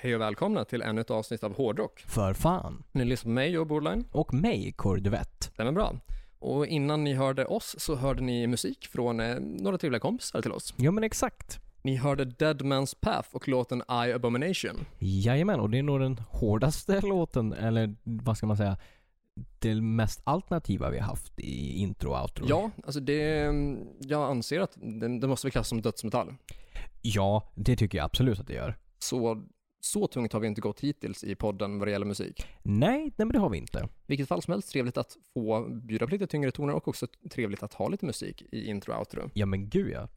Hej och välkomna till ännu ett avsnitt av Hårdrock. För fan. Ni lyssnar på mig, Joe Bordline. Och mig, Kurduvett. Stämmer bra. Och innan ni hörde oss så hörde ni musik från eh, några trevliga kompisar till oss. Ja men exakt. Ni hörde Dead Man's Path och låten I Abomination. Jajamän, och det är nog den hårdaste låten, eller vad ska man säga, det mest alternativa vi har haft i intro och outro. Ja, alltså det, jag anser att den, den måste vi klassas som dödsmetall. Ja, det tycker jag absolut att det gör. Så, så tungt har vi inte gått hittills i podden vad det gäller musik. Nej, nej men det har vi inte. Vilket fall som helst trevligt att få bjuda på lite tyngre toner och också trevligt att ha lite musik i intro och outro. Ja men gud ja.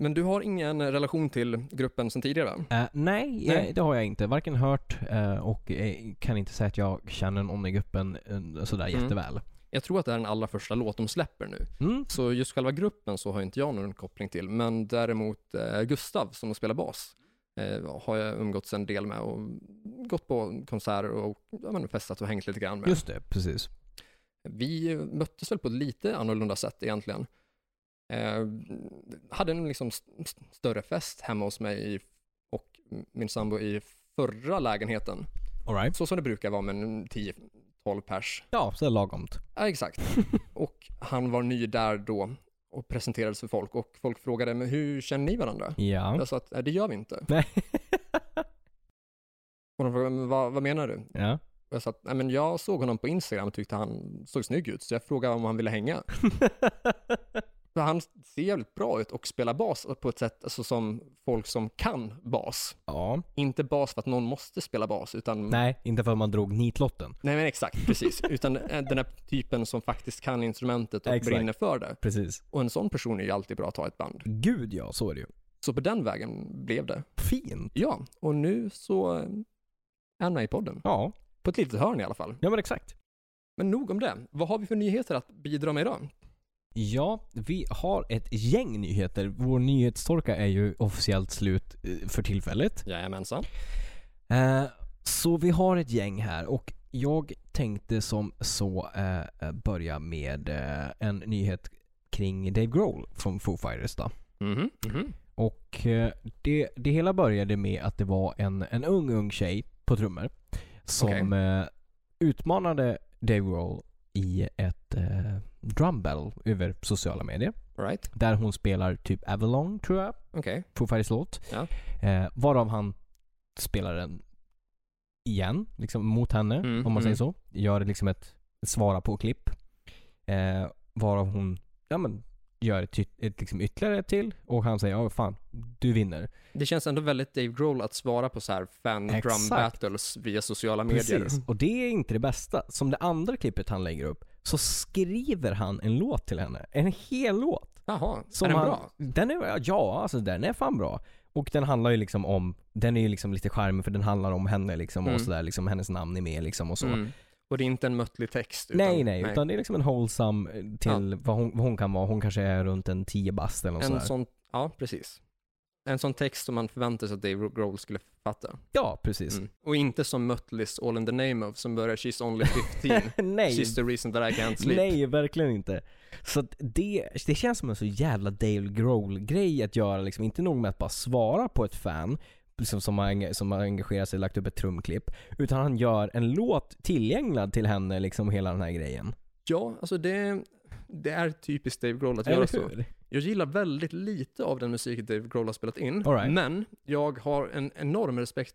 Men du har ingen relation till gruppen sedan tidigare? va? Eh, nej, Nej. eh, det har jag inte. Varken hört eh, och eh, kan inte säga att jag känner någon i gruppen eh, sådär Mm. jätteväl. Jag tror att det är den allra första låt de släpper nu. Mm. Så just själva gruppen så har inte jag någon koppling till, men däremot eh, Gustav som spelar bas eh, har jag umgåtts en del med och gått på konserter och ja, men, festat och hängt lite grann med. Just det, precis. Vi möttes väl på ett lite annorlunda sätt egentligen. Eh, hade en liksom st- st- större fest hemma hos mig i, och min sambo i förra lägenheten. Alright. Så som det brukar vara med en 10-12 pers. Ja, så är det lagomt. Ja, exakt. och han var ny där då och presenterades för folk och folk frågade, men hur känner ni varandra? Ja. Jag sa att, "Nej, det gör vi inte. Nej. Och de frågade, men vad, vad menar du? ja. Och jag sa att, nej men jag såg honom på Instagram och tyckte han såg snygg ut, så jag frågade om han ville hänga. För han ser jävligt bra ut och spelar bas på ett sätt alltså, som folk som kan bas. ja. Inte bas för att någon måste spela bas, utan... Nej, inte för man drog nitlotten. Nej, men exakt, precis. utan eh, den här typen som faktiskt kan instrumentet och Exakt. brinner för det. Precis. Och en sån person är ju alltid bra att ha i ett band. Gud ja, så är det ju. Så på den vägen blev det. Fint. Ja, och nu så eh, är han med i podden. Ja, På ett litet hörn i alla fall. ja men exakt. Men nog om det. Vad har vi för nyheter att bidra med idag? Ja, vi har ett gäng nyheter. Vår nyhetstorka är ju officiellt slut eh, för tillfället. Jajamensan. Eh, Så vi har ett gäng här och jag tänkte som så eh, börja med eh, en nyhet kring Dave Grohl från Foo Fighters då. Mhm, mhm. Och eh, det, det hela började med att det var en, en ung, ung tjej på trummor som Okej. eh, utmanade Dave Grohl i ett eh, drum battle över sociala medier. Right, Där hon spelar typ Avalon, tror jag, okej. Foo Fighters låt. Ja. Eh, varav han spelar den igen, liksom mot henne, Mm, om mm. man säger så. Gör liksom ett svara på-klipp. Eh, varav hon, ja men, gör ett, yt- ett liksom ytterligare ett till och han säger ja fan, du vinner. Det känns ändå väldigt Dave Grohl att svara på så här fan drum Exakt. battles via sociala medier. Och det är inte det bästa. Som det andra klippet han lägger upp så skriver han en låt till henne. En hel låt. Jaha, Som är den han, bra? Den är, ja, alltså den är fan bra. Och den handlar ju liksom om, den är ju liksom lite charmig för den handlar om henne liksom Mm. och sådär liksom, hennes namn är med liksom och så. Mm. Och det är inte en möttlig text? Utan, nej, nej, utan det är liksom en wholesome eh, till vad, hon, vad hon kan vara. Hon kanske är runt en 10 bast eller något En sådär. sån, ja precis. En sån text som man förväntar sig att Dave Grohl skulle fatta. Ja, precis. Mm. Och inte som Mötlis All in the name of som börjar She's only 15. nej, She's the reason that I can't sleep. Nej, verkligen inte. Så att det, det känns som en så jävla Dale Grohl-grej att göra. Liksom, inte nog med att bara svara på ett fan liksom, som, har, enge- som har engagerat sig och lagt upp ett trumklipp. Utan han gör en låt tillgänglig till henne, liksom hela den här grejen. Ja, alltså det, det är typiskt Dave Grohl att göra Eller så. hur? Jag gillar väldigt lite av den musik Dave Grohl har spelat in, All right. men jag har en enorm respekt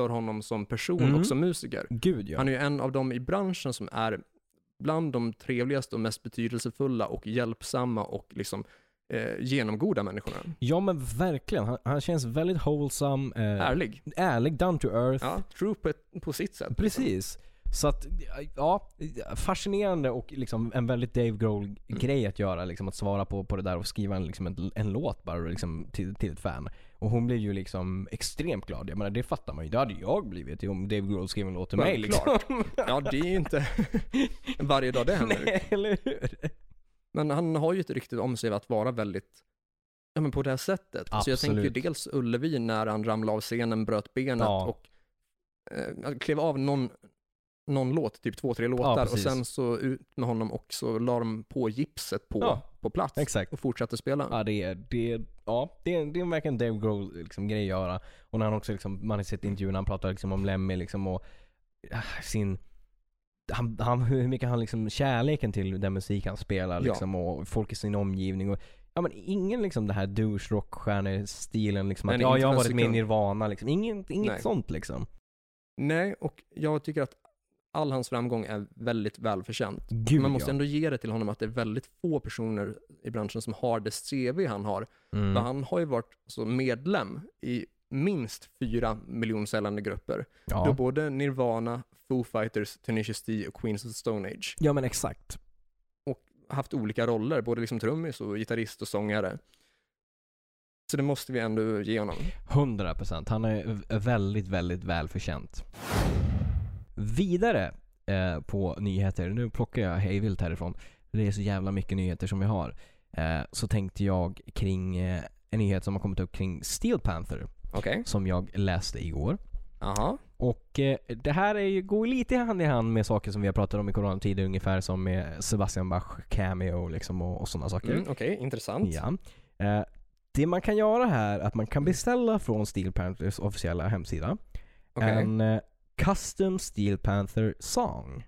för honom som person Mhm. och som musiker. Gud ja. Han är ju en av dem i branschen som är bland de trevligaste och mest betydelsefulla och hjälpsamma och liksom eh, genomgoda människorna. Ja men verkligen. Han, han känns väldigt wholesome, eh, Ärlig. ärlig, down to earth. Ja, true på, ett, på sitt sätt. Precis. Så att, ja, fascinerande och liksom en väldigt Dave Grohl-grej att göra. Liksom att svara på, på det där och skriva en, liksom en, en låt bara liksom till, till ett fan. Och hon blev ju liksom extremt glad. Jag menar det fattar man ju. Det hade jag blivit om Dave Grohl skrev en låt till mig liksom. Självklart. Ja, det är ju inte varje dag det händer. Nej, eller hur? Men han har ju ett rykte om sig att vara väldigt, ja men på det här sättet. Så jag tänker ju Absolut. dels Ullevi när han ramlade av scenen, bröt benet Ja. och eh, klev av någon, någon låt, typ två, tre låtar. och precis. sen så ut med honom och så la de på gipset på Ja, på plats Exakt. och fortsatte spela. Ja, det är, det är, ja, det är, det är verkligen Dave Grohl liksom, grej att göra. Och när han också, liksom, man har sett intervjun, han pratar liksom om Lemmy liksom och ah, sin, han, han, hur mycket han liksom, kärleken till den musik han spelar Ja. liksom och folk i sin omgivning. Och, ja men ingen liksom den här douche rockstjärnestilen liksom Nej, att nej, ja, inte jag har för en varit med i sekund. Nirvana liksom. Ingen, inget Nej. sånt liksom. Nej, och jag tycker att all hans framgång är väldigt välförtjänt. Gud Man måste ja. ändå ge det till honom att det är väldigt få personer i branschen som har det CV han har. Mm. För han har ju varit alltså, medlem i minst fyra miljonsäljande grupper. Då Ja. både Nirvana, Foo Fighters, Tenacious D och Queens of the Stone Age ja men exakt. haft olika roller, både liksom trummis och gitarrist och sångare. Så det måste vi ändå ge honom. 100%. Han är v- väldigt, väldigt välförtjänt. Vidare eh, på nyheter. Nu plockar jag hejvilt härifrån. Det är så jävla mycket nyheter som vi har. Eh, så tänkte jag kring eh, en nyhet som har kommit upp kring Steel Panther. Okej. Som jag läste igår. Aha. Och eh, det här är ju, går ju lite hand i hand med saker som vi har pratat om i coronatider ungefär som med Sebastian Bach cameo liksom och, och sådana saker. Mm, Okej, intressant. Ja. Eh, det man kan göra här är att man kan beställa från Steel Panthers officiella hemsida Okej. en eh, Custom Steel Panther Song.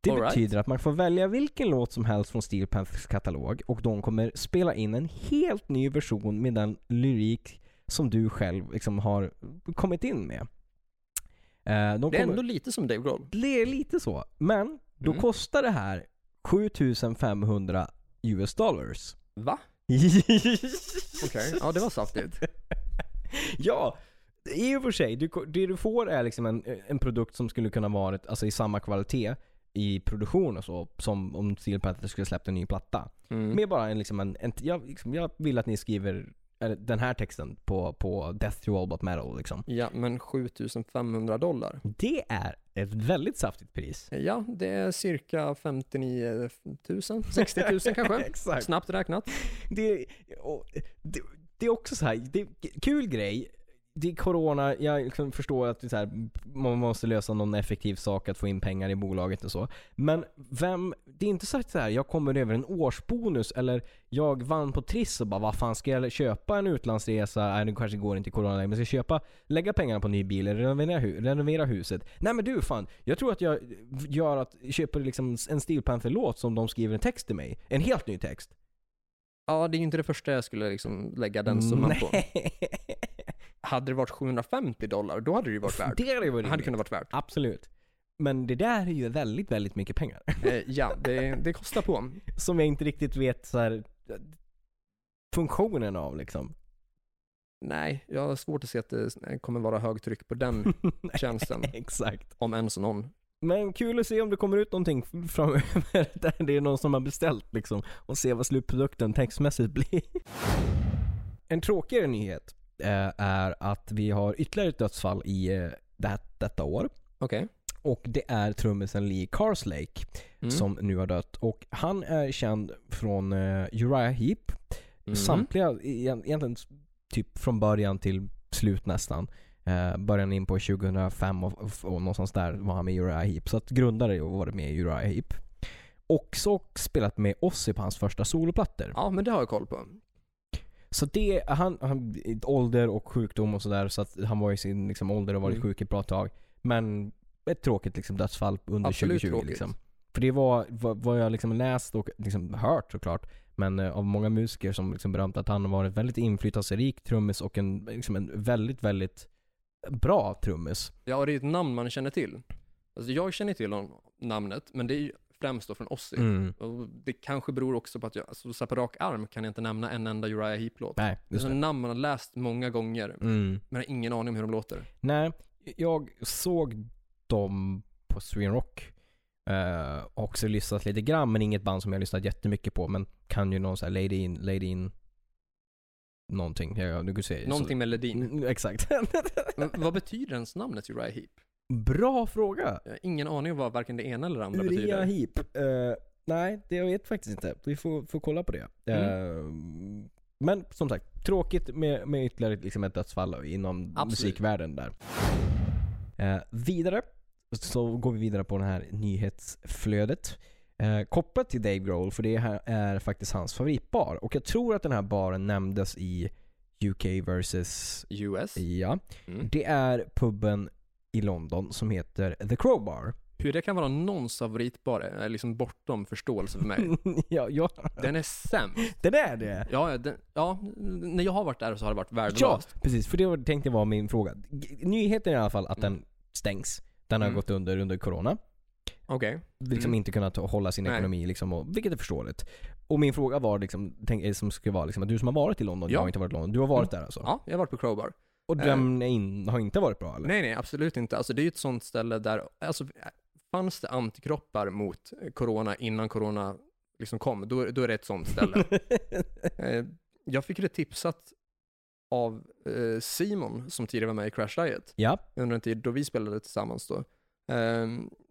Det All right. betyder att man får välja vilken låt som helst från Steel Panthers katalog och de kommer spela in en helt ny version med den lyrik som du själv liksom har kommit in med. Eh, de Det är kommer- ändå lite som Dave Grohl. det är lite så. Men då Mm. kostar det här 7500 US dollars. Va? Okej, ja det var saftigt. Ja, i och för sig. Du, ko- det du får är liksom en, en produkt som skulle kunna varit alltså, i samma kvalitet i produktion och så, som om Steel Panther skulle släppt en ny platta. Mm. Med bara en, liksom en, en jag, liksom, jag vill att ni skriver eller, den här texten på, på Death to All But Metal liksom. Ja, men 7500 dollar. Det är ett väldigt saftigt pris. Ja, det är cirka 59 000, 60 000 kanske. Exakt. Snabbt räknat. det, och, det, det är också så här, det är kul grej. Det är corona, jag liksom förstår att det är så här, man måste lösa någon effektiv sak att få in pengar i bolaget och så. Men vem, det är inte så att så här, jag kommer över en årsbonus eller jag vann på Triss och bara vad fan ska jag köpa en utlandsresa? Nej det kanske går inte i corona längre, men ska jag köpa, lägga pengarna på en ny bil eller renovera, hu- renovera huset? Nej men du fan, jag tror att jag gör att, köper liksom en Steel Panther-låt som de skriver en text till mig. En helt ny text. Ja, det är ju inte det första jag skulle liksom lägga den summan på. Hade det varit 750 dollar, då hade det ju varit värt. Det hade ju varit hade rimligt. kunnat varit värt. Absolut. Men det där är ju väldigt, väldigt mycket pengar. Eh, Ja, det, det kostar på. Som jag inte riktigt vet så här, funktionen av liksom. Nej, jag har svårt att se att det eh, kommer vara högtryck på den tjänsten, Exakt. om ens någon. Men kul att se om det kommer ut någonting framöver där det är någon som har beställt liksom. Och se vad slutprodukten textmässigt blir. En tråkigare nyhet eh, är att vi har ytterligare ett dödsfall i eh, det, detta år. Okej. Och det är trummisen Lee Carslake. Mm. som nu har dött. Och han är känd från eh, Uriah Heep. Mm. Samtliga, egen- egentligen s- typ från början till slut nästan. Eh, början in på 2005 och, och någonstans där var han med i Uriah Heep. Så att grundare och varit med i Uriah Heep. Också spelat med Ozzy på hans första soloplattor. Ja, men det har jag koll på. Så det, han, han, ålder och sjukdom och sådär. Så att han var i sin liksom, ålder och varit Mm. sjuk ett bra tag. Men ett tråkigt liksom, dödsfall under Absolut 2020 tråkigt. liksom. För det var vad, vad jag liksom läst och liksom hört såklart. Men eh, av många musiker som liksom berömt att han var en väldigt inflytelserik trummis och en, liksom en väldigt, väldigt bra trummis. Ja, det är ett namn man känner till. Alltså, jag känner till hon- namnet, men det är ju främst då från Ozzy. Mm. Och det kanske beror också på att jag, alltså, så här på rak arm kan jag inte nämna en enda Uriah Heep-låt. Nej, Det är just det. sådana namn man har läst många gånger, Mm. men har ingen aning om hur de låter. Nej, jag såg dem på Sweden Rock. Eh, också lyssnat lite grann, men inget band som jag lyssnat jättemycket på. Men kan ju någon sån här Lady In, Lady In... Någonting. Ja, Ja, du kan säga. Någonting med Ledin. Mm, exakt. Mm. Men vad betyder ens namnet Uriah Heep? Bra fråga. Jag har ingen aning om vad varken det ena eller det andra Urea betyder. Heap. Eh, nej, det jag vet faktiskt inte. Vi får, får kolla på det. Mm. Eh, men som sagt, tråkigt med, med ytterligare liksom ett dödsfall inom Absolut. musikvärlden där. Eh, vidare så går vi vidare på det här nyhetsflödet. Eh, kopplat till Dave Grohl, för det här är faktiskt hans favoritbar. Och jag tror att den här baren nämndes i UK vs. US. Ja. Mm. Det är puben i London som heter The Crowbar. Hur det kan vara någons favoritbar är liksom bortom förståelse för mig. ja, ja, Den är sämst. den är det! Ja, den, ja, när jag har varit där så har det varit Ja, värdelöst. precis. För det var- tänkte jag var min fråga. G- Nyheten är i alla fall att Mm. den stängs. Den har Mm. gått under under corona. Okej. liksom Mm. inte kunnat hålla sin Nej. ekonomi, liksom, och, vilket är förståeligt. Och min fråga var, liksom, tänk, eh, som skulle vara liksom, att du som har varit i London, jag Ja. Mm. har inte varit i London, du har varit där alltså? Ja, jag har varit på Crowbar. Och den är in, har inte varit bra eller? Nej, nej, absolut inte. Alltså det är ju ett sånt ställe där, alltså fanns det antikroppar mot corona innan corona liksom kom, då, då är det ett sånt ställe. Eh, jag fick det tipsat av eh, Simon som tidigare var med i Crash Diet ja, under en tid då vi spelade tillsammans då. Eh,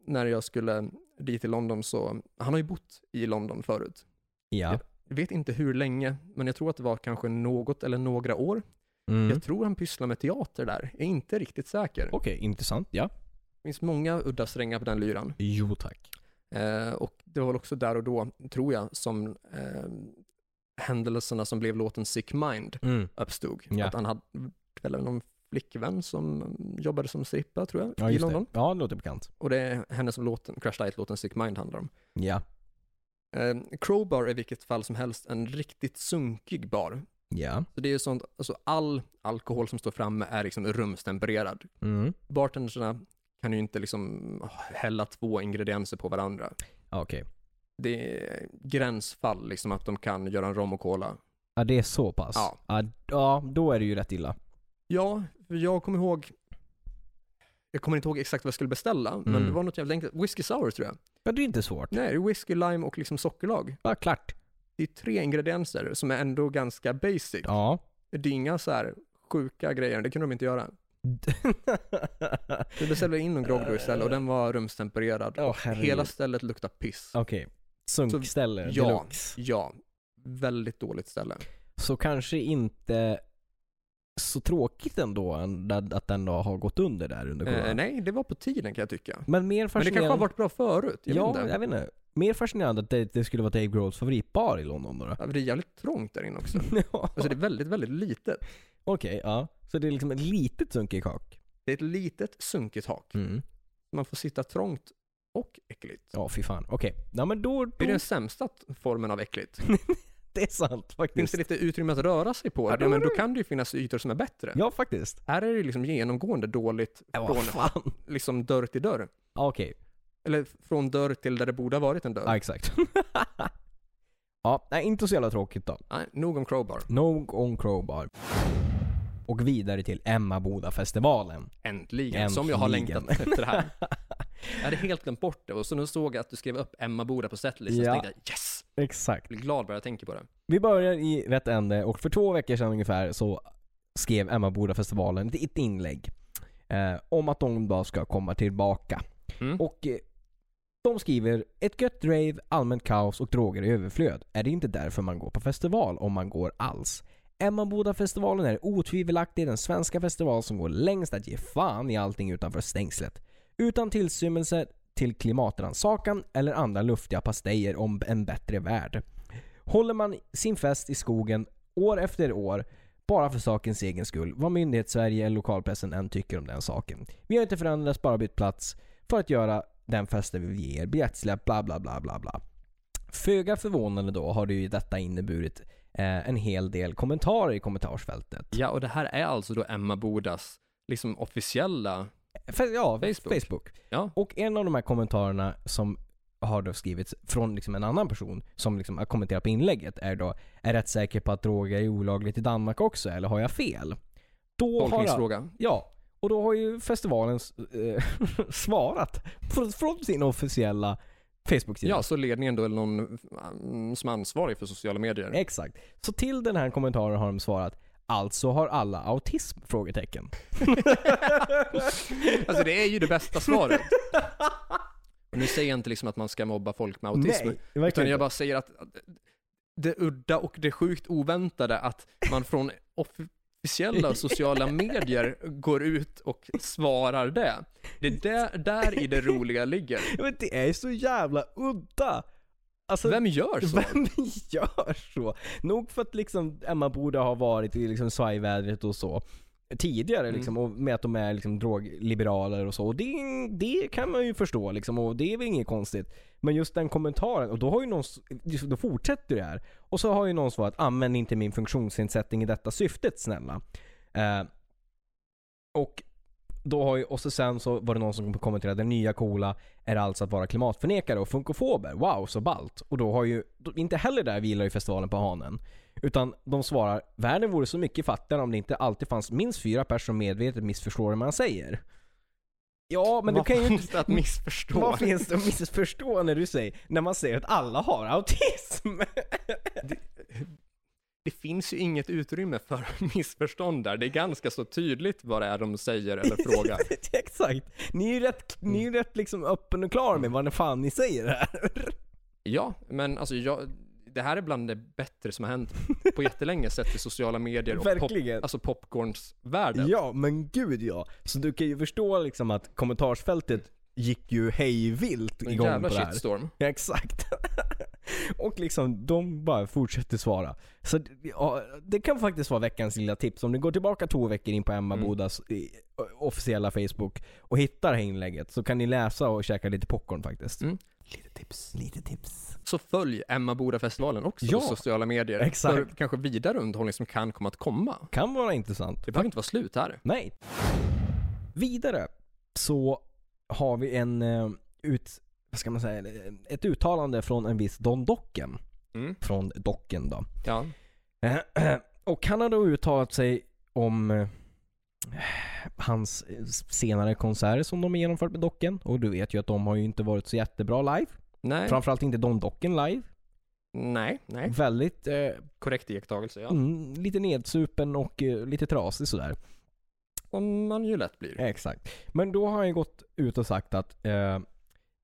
när jag skulle dit till London så, han har ju bott i London förut. ja. Ja. Jag vet inte hur länge, men jag tror att det var kanske något eller några år. Mm. Jag tror han pysslar med teater där. Jag är inte riktigt säker. Okej, intressant. Ja. Det finns många udda strängar på den lyran. Jo tack. Eh, och det var väl också där och då, tror jag, som eh, händelserna som blev låten Sick Mind Mm. uppstod. Ja. Att han hade väl någon flickvän som mm, jobbade som strippa, tror jag, Ja, i just London. det. Ja, det låter bekant. Och det är henne som låten, Crash Diet-låten Sick Mind handlar om. Ja. Eh, Crowbar är i vilket fall som helst en riktigt sunkig bar. Ja. Så det är ju sånt, alltså all alkohol som står framme är liksom rumstempererad. Mm. bartenderserna kan ju inte liksom hälla två ingredienser på varandra. Ja, Okej. Det är gränsfall liksom att de kan göra en rom och cola. Ja, det är så pass? Ja. Ja, d- ja, då är det ju rätt illa. Ja, för jag kommer ihåg, jag kommer inte ihåg exakt vad jag skulle beställa, men Mm. det var något jävligt enkelt. Whiskey sour tror jag. Men det är inte svårt. Nej, det är whisky, lime och liksom sockerlag. Bara klart. Det är tre ingredienser som är ändå ganska basic. Ja. Det är inga så här sjuka grejer, det kunde de inte göra. Vi beställde in en grogg då istället och den var rumstempererad. Åh, herregud. Hela stället luktar piss. Okej. Sunkställe ja. deluxe. Ja, väldigt dåligt ställe. så kanske inte så tråkigt ändå än- att den då har gått under där under corona. Eh, nej, det var på tiden kan jag tycka. Men mer Men det fascinerande... kanske har varit bra förut. Jag ja, vet inte. jag vet inte. Mer fascinerande att det, det skulle vara Dave Grohls favoritbar i London då. då. Ja, men Det är jävligt trångt där inne också. ja. Alltså det är väldigt, väldigt litet. Okej, ja. Så det är liksom ett litet sunkig kak. Det är ett litet sunkigt hak. Mm. Man får sitta trångt och äckligt. Ja, Oh. fy fan. Okej. Ja men då... då Det är den sämsta t- formen av äckligt. det är sant Finns faktiskt. det lite utrymme att röra sig på, Ja, ja, då men är då det- kan det ju finnas ytor som är bättre. Ja, faktiskt. Här är det liksom genomgående dåligt Ja, från vad fan. liksom dörr till dörr. Ja, Okej. Eller från dörr till där det borde ha varit en dörr. Ja, exakt. ja, nej, inte så jävla tråkigt då. Nej, nog om crowbar. Nog om Crowbar. Och vidare till Emmaboda-festivalen. Äntligen, som jag har Äntligen. längtat efter det här. Jag hade helt glömt bort det och så nu såg jag att du skrev upp Emma Boda på setlistan Ja. så tänkte jag yes! Exakt. Jag blir glad bara jag tänker på det. Vi börjar i rätt ände och för två veckor sedan ungefär så skrev Emmaboda-festivalen ett- ett inlägg eh, om att de bara ska komma tillbaka. Mm. Och eh, de skriver ett gött rave, allmänt kaos och droger i överflöd. Är det inte därför man går på festival om man går alls? Emmaboda-festivalen är otvivelaktigt den svenska festival som går längst att ge fan i allting utanför stängslet. Utan tillstymmelse till klimatrannsakan eller andra luftiga pastejer om en bättre värld. Håller man sin fest i skogen år efter år bara för sakens egen skull, vad myndighetssverige eller lokalpressen än tycker om den saken. Vi har inte förändrats, bara bytt plats för att göra den festen vi vill ge er. Biljettsläpp, bla bla bla bla bla. Föga förvånande då har det ju detta inneburit eh, en hel del kommentarer i kommentarsfältet. Ja, och det här är alltså då Emma Bodas liksom officiella, Fe- ja, Facebook. Facebook. Facebook. Ja. Och en av de här kommentarerna som har då skrivits från liksom en annan person som liksom har kommenterat på inlägget är då Är rätt säker på att droger är olagligt i Danmark också eller har jag fel? Då har jag, tolkningsfråga. ja, och då har ju festivalen eh, svarat från, från sin officiella Facebook-sida. Ja, så ledningen då, eller någon mm, som är ansvarig för sociala medier. Exakt. Så till den här kommentaren har de svarat Alltså har alla autism? Frågetecken. Alltså det är ju det bästa svaret. Och nu säger jag inte liksom att man ska mobba folk med autism, Nej, utan verkligen jag inte. bara säger att att det udda och det sjukt oväntade att man från officiella sociala medier går ut och svarar det. Det är där, där i det roliga ligger. Men det är ju så jävla udda! Alltså, Vem gör så? Vem gör så? Nog för att liksom Emma borde ha varit i liksom svajvädret och så tidigare Mm. liksom, och med att de är liksom drogliberaler och så. Och det, det kan man ju förstå liksom, och det är väl inget konstigt. Men just den kommentaren, och då har ju någon, s- då fortsätter det här. Och så har ju någon svarat använd inte min funktionsnedsättning i detta syftet snälla. Eh, och då har ju, och så sen så var det någon som kommenterade den nya coola är alltså att vara klimatförnekare och funkofober. Wow, så ballt. Och då har ju, då, inte heller där vilar ju festivalen på hanen. Utan de svarar, världen vore så mycket fattigare om det inte alltid fanns minst fyra personer som medvetet missförstår det man säger. Ja, men du Vad kan ju finns det att missförstå? Vad finns det att missförstå när du säger, när man säger att alla har autism? det finns ju inget utrymme för missförstånd där. Det är ganska så tydligt vad det är de säger eller frågar. Exakt. Ni är ju rätt, ni är ju rätt liksom öppen och klar med vad ni fan ni säger här. Ja, men alltså jag, det här är bland det bättre som har hänt på jättelänge sett till sociala medier och pop, Verkligen. alltså popcornsvärlden. Ja, men gud ja. Så du kan ju förstå liksom att kommentarsfältet gick ju hejvilt En igång jävla på det här. shitstorm. Ja, exakt. och liksom, de bara fortsätter svara. Så d- ja, det kan faktiskt vara veckans lilla tips. Om ni går tillbaka två veckor in på Emma Mm. Bodas i, o- officiella Facebook och hittar det här inlägget så kan ni läsa och käka lite popcorn faktiskt. Mm. Lite tips. Lite tips. Så följ Emma Boda-festivalen också Ja, på sociala medier. exakt. För kanske vidare underhållning som kan komma att komma. Kan vara intressant. Det behöver inte vara slut här. Nej. Vidare så har vi en eh, ut, vad ska man säga, ett uttalande från en viss Don Docken. Mm. Från Docken då. Ja. Eh, Och han har då uttalat sig om eh, hans eh, senare konserter som de har genomfört med Docken. Och du vet ju att de har ju inte varit så jättebra live. Nej, Framförallt inte Don Docken live. nej, nej. Väldigt, eh, Korrekt iakttagelse, ja. mm, lite nedsupen och eh, lite trasig sådär. Som man ju lätt Eh. blir. Exakt. Men då har han ju gått ut och sagt att eh,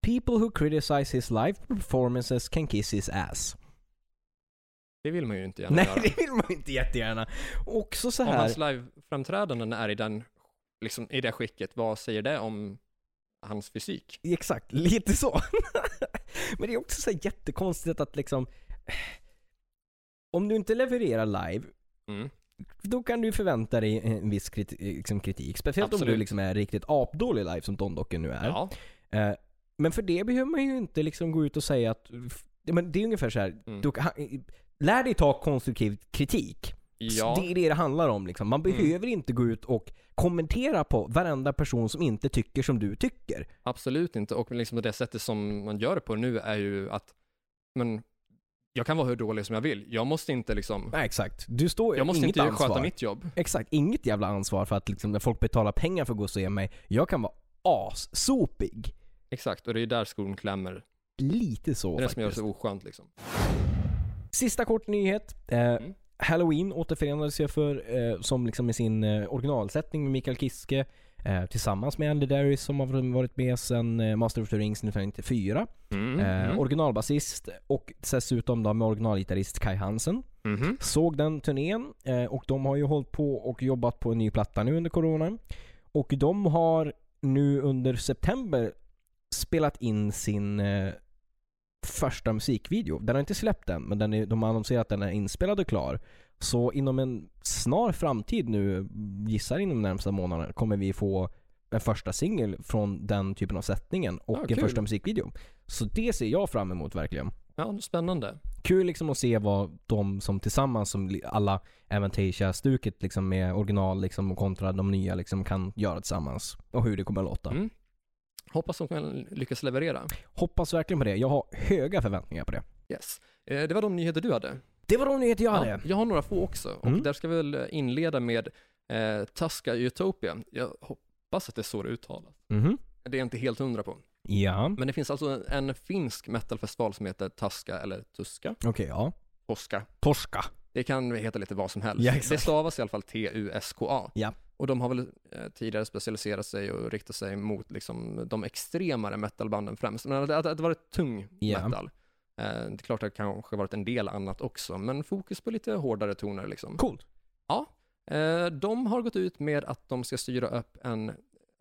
“People who criticize his live performances can kiss his ass”. Det vill man ju inte gärna Nej, göra. det vill man ju inte jättegärna. Också så Om här. hans liveframträdanden är i, den, liksom, i det skicket, vad säger det om hans fysik? Exakt, lite så. Men det är också så här jättekonstigt att liksom... Om du inte levererar live, Mm. då kan du förvänta dig en viss kriti- liksom kritik. Speciellt om du Absolut. liksom är riktigt apdålig live som Don Docken nu är. Ja. Eh, Men för det behöver man ju inte liksom gå ut och säga att... Ja, Men det är ungefär så här. Mm. Du, kan- lär dig ta konstruktiv kritik. ja. Alltså, Det är det det handlar om. Liksom. Man Mm. behöver inte gå ut och kommentera på varenda person som inte tycker som du tycker. Absolut inte. Och liksom det sättet som man gör det på nu är ju att men, jag kan vara hur dålig som jag vill. Jag måste inte, liksom, Nej, exakt. Du står jag måste inget inte ansvar. sköta mitt jobb. Exakt, inget jävla ansvar för att liksom, när folk betalar pengar för att gå och se mig, jag kan vara assopig. Exakt, och det är där skon klämmer. Det är Lite så det faktiskt. som gör det så oskönt. Liksom. Sista kort nyhet. Eh, Mm. Halloween återförenades jag för, eh, som liksom i sin eh, originalsättning med Mikael Kiske. Eh, tillsammans med Andy Darius som har varit med sedan eh, Master of the Rings 1994. Mm, Eh, mm, Originalbasist och dessutom då med originalgitarrist Kai Hansen. mhm. Såg den turnén eh, och de har ju hållit på och jobbat på en ny platta nu under coronan. Och de har nu under september spelat in sin eh, första musikvideo. Den har inte släppt än, men den är, de har annonserat att den är inspelad och klar. Så inom en snar framtid nu, gissar inom de närmsta månaderna, kommer vi få en första singel från den typen av sättningen och Ja, en kul. första musikvideo. Så det ser jag fram emot verkligen Ja, spännande. kul liksom att se vad de som tillsammans, som li- alla Avantasia-stuket liksom med original liksom och kontra de nya liksom kan göra tillsammans och hur det kommer att låta. Mm. Hoppas de kan lyckas leverera. Hoppas verkligen på det. Jag har höga förväntningar på det. Yes. Eh, det var de nyheter du hade. Det var de nyheter jag hade. Ja, jag har några få också och Mm. där ska vi väl inleda med eh, Tuska Utopia. Jag hoppas att det är så det uttalas. Mhm. Det är jag inte helt hundra på. Ja, Men det finns alltså en finsk metalfestival som heter Tuska eller Tuska. okej ja. Toska. Torska. Det kan heta lite vad som helst. Ja, exakt. det stavas i alla fall T-U-S-K-A. Ja. Och de har väl eh, tidigare specialiserat sig och riktat sig mot liksom, de extremare metalbanden främst. Men att, att, att det varit tung Ja. metal. Eh, det är klart att det kanske varit en del annat också, men fokus på lite hårdare toner liksom. Coolt. Eh, de har gått ut med att de ska styra upp en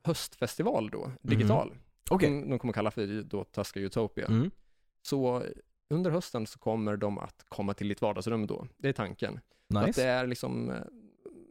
höstfestival då, digital. Mm. Okej. Som de kommer kalla för då Tuska Utopia. Mm. Så under hösten så kommer de att komma till ditt vardagsrum då. Det är tanken. Så Att det Nice. är liksom eh,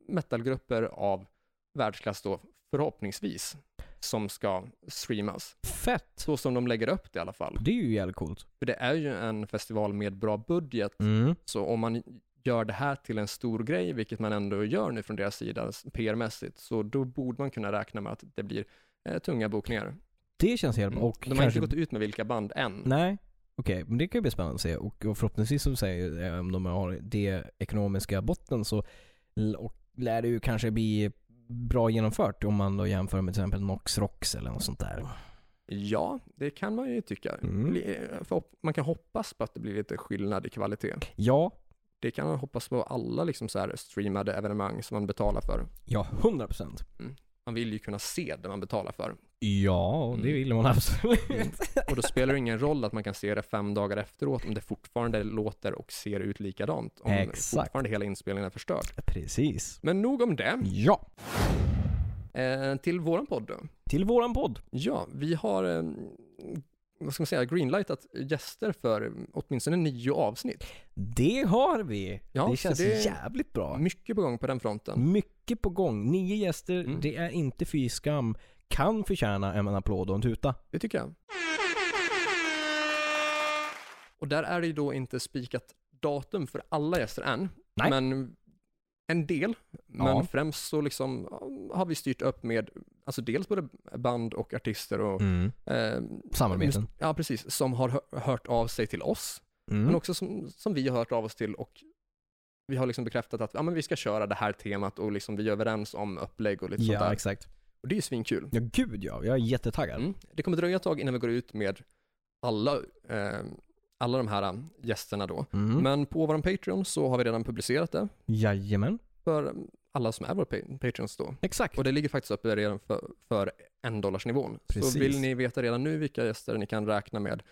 metalgrupper av världsklass då, förhoppningsvis, som ska streamas. Fett! Så som de lägger upp det i alla fall. Det är ju jävligt coolt. För det är ju en festival med bra budget, Mm. så om man gör det här till en stor grej, vilket man ändå gör nu från deras sida s- PR-mässigt, så då borde man kunna räkna med att det blir eh, tunga bokningar. Det känns jävligt Mm. bra. Mm, Och de har kanske... inte gått ut med vilka band än. Nej. Okej, men det kan ju bli spännande att se. Och, och förhoppningsvis som du säger, eh, om de har det ekonomiska botten så l- och lär det ju kanske bli bra genomfört om man då jämför med till exempel Nox Rocks eller något sånt där. Ja, det kan man ju tycka. Mm. Bli- förhopp- Man kan hoppas på att det blir lite skillnad i kvalitet. Ja, Det kan man hoppas på alla liksom så här streamade evenemang som man betalar för. ja 100%. Man vill ju kunna se det man betalar för. Ja, och det Mm. vill man absolut. Mm. Och då spelar det ingen roll att man kan se det fem dagar efteråt om det fortfarande låter och ser ut likadant. Om Exakt. fortfarande hela inspelningen är förstörd. Precis. Men nog om det. Ja, Mm. Eh, till våran podd då. till våran podd. Ja, vi har eh, vad ska man säga, greenlightat gäster för åtminstone nio avsnitt. Det har vi. Ja, det Mm. så känns det- jävligt bra. Mycket på gång på den fronten. Mycket på gång. Nio gäster, Mm. det är inte fy skam. Kan förtjäna en applåd och en tuta. Det tycker jag. Och där är det ju då inte spikat datum för alla gäster än. Nej. Men en del. Men Ja. främst så liksom ja, har vi styrt upp med, alltså dels både band och artister Mm. och eh, Samarbeten. just- ja, precis. Som har hö- hört av sig till oss. Men Mm. också som, som vi har hört av oss till och vi har liksom bekräftat att ja, men vi ska köra det här temat och liksom vi är överens om upplägg och lite sånt Ja, där. exakt. Och det är ju svinkul. Ja, gud ja. Jag är jättetaggad. Mm. Det kommer dröja ett tag innan vi går ut med alla, eh, alla de här eh, gästerna då. Mm. Men på vår Patreon så har vi redan publicerat det Jajamän. för eh, alla som är våra pa- Patreons då. Exakt. Och det ligger faktiskt uppe redan för, för en dollarsnivån. Så Precis. vill ni veta redan nu vilka gäster ni kan räkna med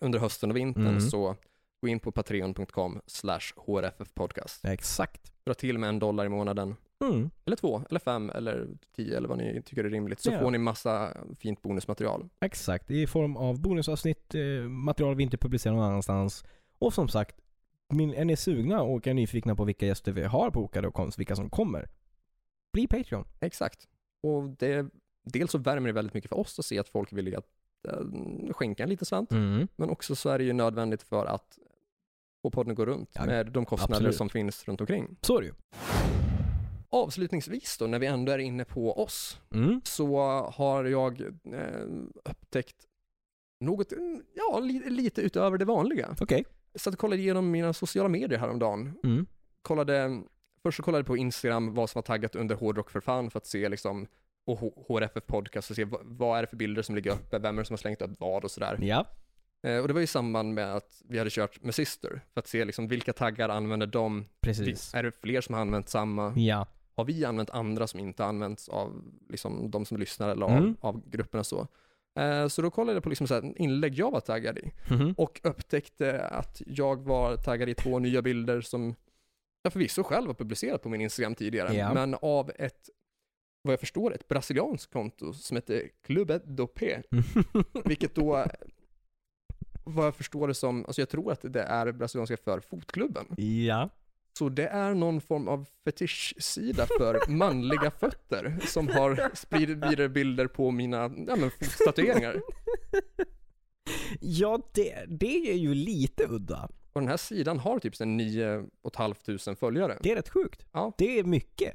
under hösten och vintern Mm. så gå in på patreon.com slash hrffpodcast. Exakt. Dra till med en dollar i månaden, Mm. eller två, eller fem, eller tio, eller vad ni tycker är rimligt, så Ja. får ni massa fint bonusmaterial. Exakt. I form av bonusavsnitt, eh, material vi inte publicerar någon annanstans. Och som sagt, min, är ni sugna och är nyfikna på vilka gäster vi har bokade och kom, vilka som kommer? Bli Patreon. Exakt. Och det, dels så värmer det väldigt mycket för oss att se att folk vill att eh, skänka en liten slant, men också så är det ju nödvändigt för att få podden att gå runt Ja, med de kostnader absolut. som finns runt omkring. Så är det ju. Avslutningsvis då, när vi ändå är inne på oss, Mm. så har jag eh, upptäckt något, mm, ja, li, lite utöver det vanliga. Okej. Så att kollade igenom mina sociala medier häromdagen. Mm. Kollade, först så kollade jag på Instagram vad som var taggat under hårdrock för fan för att se liksom, och H- HRFF podcast och se vad, vad är det för bilder som ligger uppe, vem är det som har slängt upp vad och sådär. Ja. Eh, och det var i samband med att vi hade kört med Sister, för att se liksom, vilka taggar använder de, Vi- Precis. är det fler som har använt samma? Ja. har vi använt andra som inte använts av liksom, de som lyssnar eller av, Mm. av grupperna så. Eh, så då kollade jag på liksom, så här, inlägg jag var taggad i Mhm. och upptäckte att jag var taggad i två nya bilder som jag förvisso själv har publicerat på min Instagram tidigare, Ja. men av ett, vad jag förstår, ett brasilianskt konto som heter Clube do P, vilket då, vad jag förstår det som, alltså jag tror att det är brasilianska för fotklubben. ja. Så det är någon form av fetischsida för manliga fötter som har spridit vidare bilder på mina ja, men, tatueringar. Ja, det, det är ju lite udda. Och den här sidan har typ 9 500 följare. Det är rätt sjukt. Ja. Det är mycket.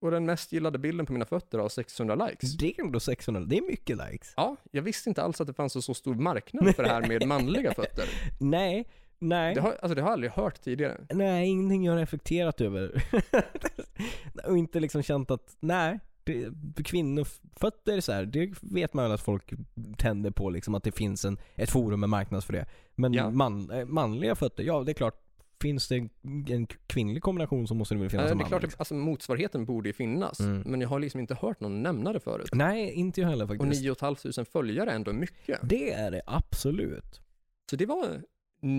Och den mest gillade bilden på mina fötter har 600 likes. Det är ändå 600. Det är mycket likes. Ja, jag visste inte alls att det fanns en så stor marknad för det här med manliga fötter. Nej, nej. Det har, alltså, det har jag aldrig hört tidigare. Nej, ingenting jag har reflekterat över. och inte liksom känt att, nej. Det, kvinnofötter så här, det vet man väl att folk tänder på liksom att det finns en, ett forum med marknad för det. Men Ja. man, eh, manliga fötter, ja det är klart. Finns det en kvinnlig kombination så måste det väl Eh, finnas Det en är manlig. klart, att, alltså, motsvarigheten borde ju finnas, Mm. men jag har liksom inte hört någon nämna det förut. Nej, inte jag heller Typ. Och faktiskt. 9 500 följare är ändå mycket. Det är det absolut. Så det var en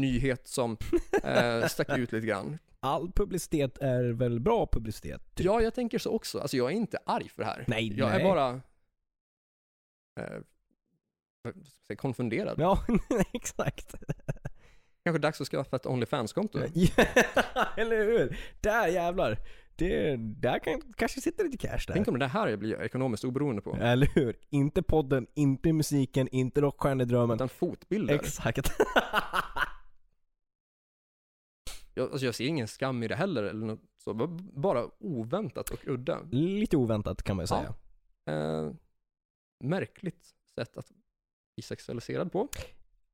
nyhet som eh, stack ut lite grann. All publicitet är väl bra publicitet? typ? Ja, jag tänker så också. Alltså jag är inte arg för det här. Nej, jag nej. är bara eh, vad ska jag säga, konfunderad. Ja, exakt. Kanske dags att skaffa ett Onlyfans-konto. Eller hur? Där jävlar. Det, där kan, kanske sitter lite cash där. Tänk om det här jag blir ekonomiskt oberoende på. Eller hur? Inte podden, inte musiken, inte rockstjärnedrömmen. Utan fotbilder. Exakt. jag, alltså jag ser ingen skam i det heller. Eller något, så. B- Bara oväntat och udda. lite oväntat kan man ju Ja. säga. Eh, märkligt sätt att bli sexualiserad på.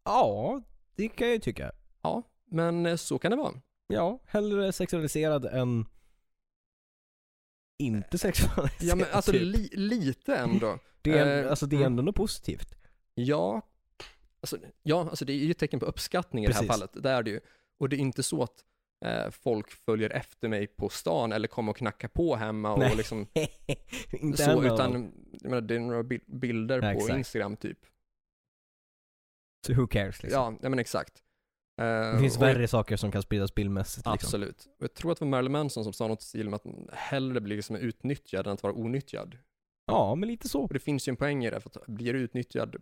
Ja, det kan jag ju tycka. Ja, men eh, så kan det vara. Ja, hellre sexualiserad än inte sexualiserad. Ja, men alltså typ. li, lite ändå. det, är, eh, alltså, det är ändå något positivt. Ja, alltså, ja, alltså det är ju ett tecken på uppskattning i det Precis. här fallet. Det är det ju. Och det är inte så att eh, folk följer efter mig på stan eller kommer och knackar på hemma och Nej. liksom inte så, än, men- utan jag menar, det är några bi- bilder Ja, på exakt. Instagram typ. Så who cares liksom. Ja, ja men exakt. Eh, Det finns och- värre liksom. saker som kan spridas bildmässigt. Liksom. Absolut. Och jag tror att det var Marilyn Manson som sa något i stil med att hellre bli liksom utnyttjad än att vara onyttjad. Ja, men lite så. Och det finns ju en poäng i det, för att blir du utnyttjad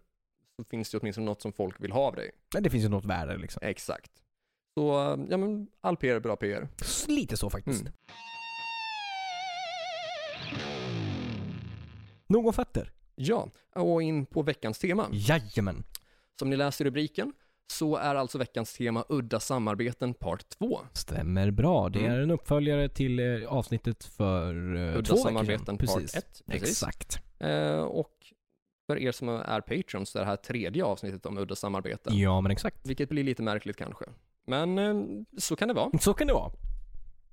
så finns det ju åtminstone något som folk vill ha av dig. Men det finns ju något värre liksom. Exakt. Så, eh, ja men all PR är bra PR. S- Lite så faktiskt. Mm. Någon fötter? Ja, och in på veckans tema. Jajamän. Som ni läser i rubriken så är alltså veckans tema Udda samarbeten part 2. Stämmer bra. Det Mm. är en uppföljare till eh, avsnittet för eh, Udda två veckor samarbeten sedan. part Precis. 1. Exakt. Eh, och för er som är patrons så är det här tredje avsnittet om udda samarbeten. Ja, men exakt. Vilket blir lite märkligt kanske. Men eh, så kan det vara. Så kan det vara.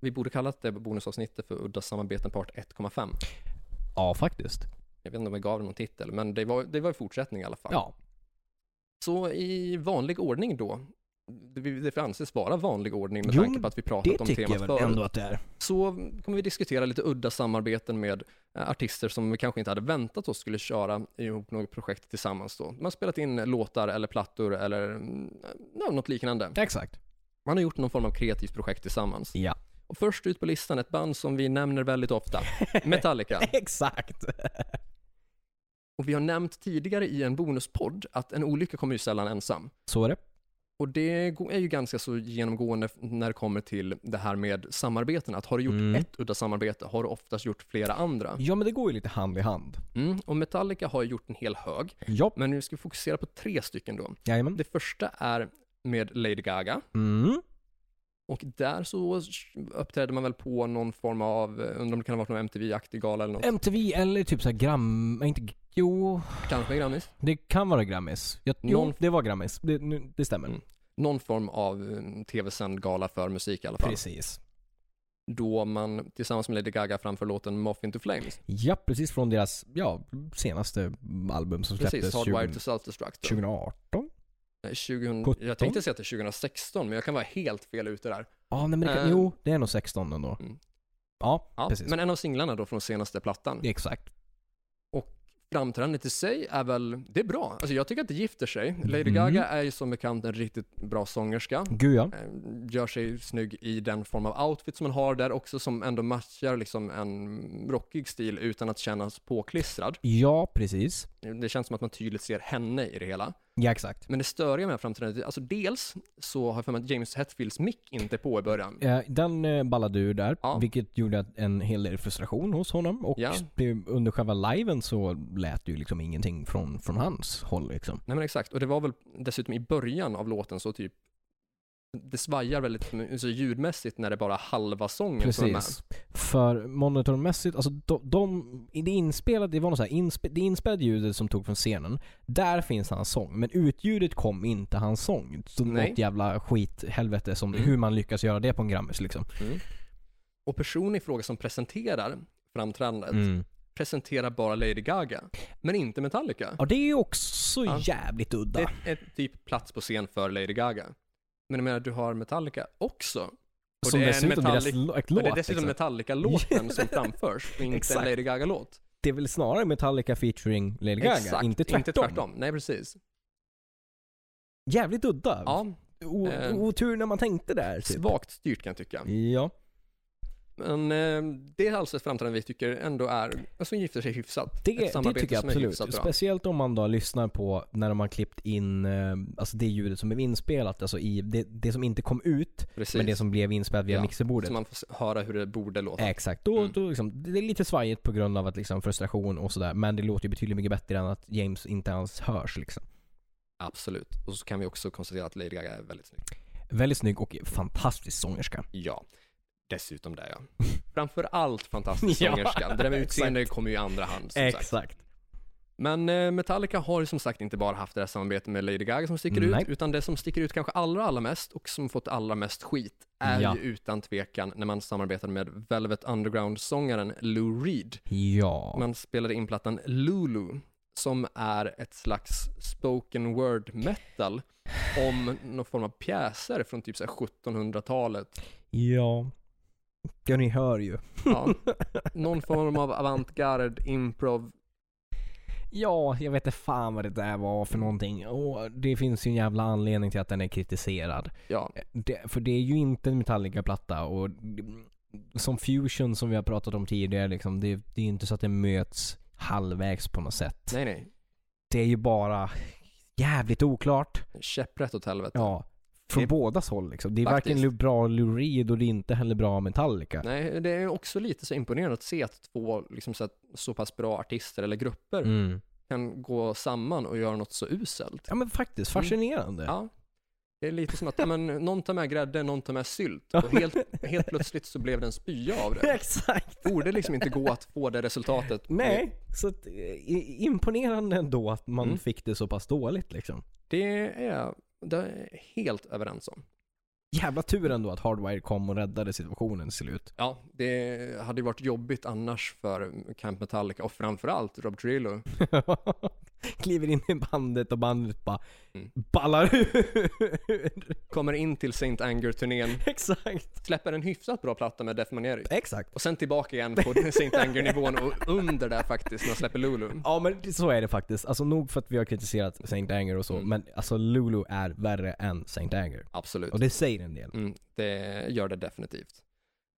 Vi borde kallat det bonusavsnittet för Udda samarbeten part 1,5. Ja, faktiskt. Jag vet inte om jag gav det någon titel, men det var, det var i fortsättning i alla fall. Ja. Så i vanlig ordning då, det det får anses vara vanlig ordning med Jo, tanke på att vi Det pratat om tycker jag temat väl förut, ändå att det är. så kommer vi diskutera lite udda samarbeten med eh, artister som vi kanske inte hade väntat oss skulle köra ihop något projekt tillsammans då. Man har spelat in låtar eller plattor eller mm, ja, något liknande. Exakt. Man har gjort någon form av kreativt projekt tillsammans. Ja. Och först ut på listan ett band som vi nämner väldigt ofta, Metallica. Exakt. Och vi har nämnt tidigare i en bonuspodd att en olycka kommer ju sällan ensam. Så är det. Och det go- är ju ganska så genomgående f- när det kommer till det här med samarbeten. Att har du gjort Mm. ett udda samarbete har du oftast gjort flera andra. Ja, men det går ju lite hand i hand. Mm. Och Metallica har ju gjort en hel hög. Ja. Men nu ska vi fokusera på tre stycken då. Jajamän. Det första är med Lady Gaga. Mm. Och där så uppträdde man väl på någon form av, undrar om det kan ha varit någon MTV-aktig gala eller något. MTV eller typ så här gram... nej, Inte... Jo, Kanske Grammis. det kan vara Grammis. Jag... Jo, Någon- det var Grammis. Det, nu- det stämmer. Mm. Någon form av eh, tv-sänd gala för musik i alla fall. Precis. Då man tillsammans med Lady Gaga framför låten Moth Into Flames. Ja, precis från deras ja, senaste album som släpptes Precis, Hardwired 20- to Self-Destruct. då. 2018? Nej, 2000, 17? jag tänkte säga att det är 2016, men jag kan vara helt fel ute där. Ja, nej men det kan, Eh. jo, det är nog 16 ändå. Mm. Ja, Ja, precis. men en av singlarna då från senaste plattan. Exakt. Framträdandet i sig är väl, det är bra. Alltså jag tycker att det gifter sig. Lady Mm. Gaga är ju som bekant en riktigt bra sångerska. Gud ja. Eh, Gör sig snygg i den form av outfit som man har där också, som ändå matchar liksom en rockig stil utan att kännas påklistrad. Ja, precis. Det känns som att man tydligt ser henne i det hela. Ja, exakt. Men det störiga med det här framträdandet, alltså dels så har jag för mig att James Hetfields mick inte är på i början. Eh, Den eh, ballade ur där, Ja. vilket gjorde att en hel del frustration hos honom. Och Ja. det- under själva liven så lät det ju liksom ingenting från, från hans håll liksom. Nej men exakt, och det var väl dessutom i början av låten så typ det svajar väldigt så ljudmässigt när det bara är halva sången som är med. Precis. För monitormässigt, alltså de, de, det inspelade, det var något så här, inspe, det inspelade ljudet som tog från scenen, där finns hans sång. Men utljudet kom inte hans sång. Så Nej. något jävla skithelvete som, Mm. hur man lyckas göra det på en Grammis liksom. Och personen i fråga som presenterar framträdandet Mm. presenterar bara Lady Gaga, men inte Metallica. Ja det är ju också Ja. jävligt udda. Det är ett typ plats på scen för Lady Gaga. Men jag menar, du har Metallica också. Och som det är en dessutom deras Metallic- lo- ett Låt, det är låt. dessutom liksom. Metallica-låten som framförs, och inte en Exakt. Lady Gaga-låt. Det är väl snarare Metallica featuring Lady Gaga, Exakt, inte tvärtom. inte tvärtom. Nej, precis. Jävligt udda. Ja, O- Eh. otur när man tänkte där. Typ. svagt styrt kan jag tycka. Ja. Men eh, det är alltså ett framträdande vi tycker ändå är, som gifter sig hyfsat. Det, ett det samarbete tycker jag som är absolut. hyfsat bra. Speciellt om man då lyssnar på när de har klippt in eh, alltså det ljudet som blev inspelat. Alltså i, det, det som inte kom ut, Precis. men det som blev inspelat via Ja, mixerbordet. Så man får s- höra hur det borde låta. Exakt. Då, Mm. då liksom, det är lite svajigt på grund av att liksom frustration och sådär. Men det låter ju betydligt mycket bättre än att James inte ens hörs. Liksom. Absolut. Och så kan vi också konstatera att Lady Gaga är väldigt snygg. Väldigt snygg och fantastisk sångerska. Ja. Dessutom det ja. Framför allt fantastisk Ja, sångerska. Det där med exakt. utseende kommer ju i andra hand. Som sagt. Men eh, Metallica har ju som sagt inte bara haft det här samarbetet med Lady Gaga som sticker Nej. ut, utan det som sticker ut kanske allra, allra mest och som fått allra mest skit är Ja. ju utan tvekan när man samarbetade med Velvet Underground-sångaren Lou Reed. Ja. Man spelade in plattan Lulu, som är ett slags spoken word metal om någon form av pjäser från typ så här 1700-talet. Ja. Ja, ni hör ju. Ja. Någon form av avantgarde, improv. Ja, jag vet inte fan vad det där var för någonting. Och det finns ju en jävla anledning till att den är kritiserad. Ja, Det, för det är ju inte en Metallica-platta och som Fusion som vi har pratat om tidigare liksom, det, det är ju inte så att det möts halvvägs på något sätt. nej nej. Det är ju bara jävligt oklart. Käpprätt åt helvete. Ja. Från Det- bådas håll liksom. Det är Faktiskt. varken bra Lou Reed och det är inte heller bra Metallica. Nej, det är också lite så imponerande att se att två liksom så, att, så pass bra artister eller grupper Mm. kan gå samman och göra något så uselt. Ja men faktiskt, fascinerande. Mm. Ja. Det är lite som att ja, men, någon tar med grädde, någon tar med sylt och helt, helt plötsligt så blev det en spya av det. Exakt. Borde liksom inte gå att få det resultatet. Nej, så att, eh, i- imponerande ändå att man Mm. fick det så pass dåligt liksom. Det är det är jag helt överens om. Jävla tur ändå att Hardwire kom och räddade situationen till slut. Ja, det hade ju varit jobbigt annars för Camp Metallica och framförallt Rob Trillo. Kliver in i bandet och bandet bara Mm. ballar ur. Kommer in till Saint Anger-turnén, Exakt. släpper en hyfsat bra platta med Death Manieri. Exakt. Och sen tillbaka igen på St. Anger-nivån och under där faktiskt när jag släpper Lulu. Ja men det- så är det faktiskt. Alltså nog för att vi har kritiserat Saint Anger och så, Mm. men alltså Lulu är värre än Saint Anger. Absolut. Och det säger en del. Mm, det gör det definitivt.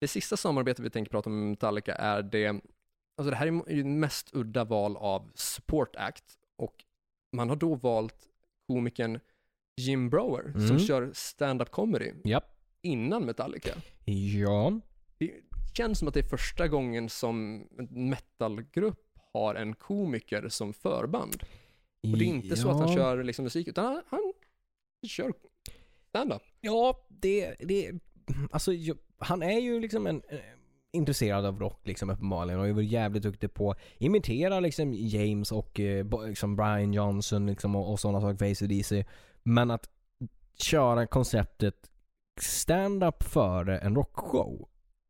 Det sista samarbetet vi tänker prata om med Metallica är det, alltså det här är ju mest udda val av support act och man har då valt komikern Jim Brower som Mm. kör stand-up comedy Japp. innan Metallica. Ja. Det känns som att det är första gången som en metalgrupp har en komiker som förband. Och det är inte så att han Ja. kör liksom musik, utan han, han kör stand-up. Ja, det, det alltså jag, han är ju liksom en eh, intresserad av rock liksom uppenbarligen och är väl jävligt duktig på att imitera liksom James och eh, Bo- liksom Brian Johnson liksom och, och sådana saker, Face DC. Men att köra konceptet stand-up före en rockshow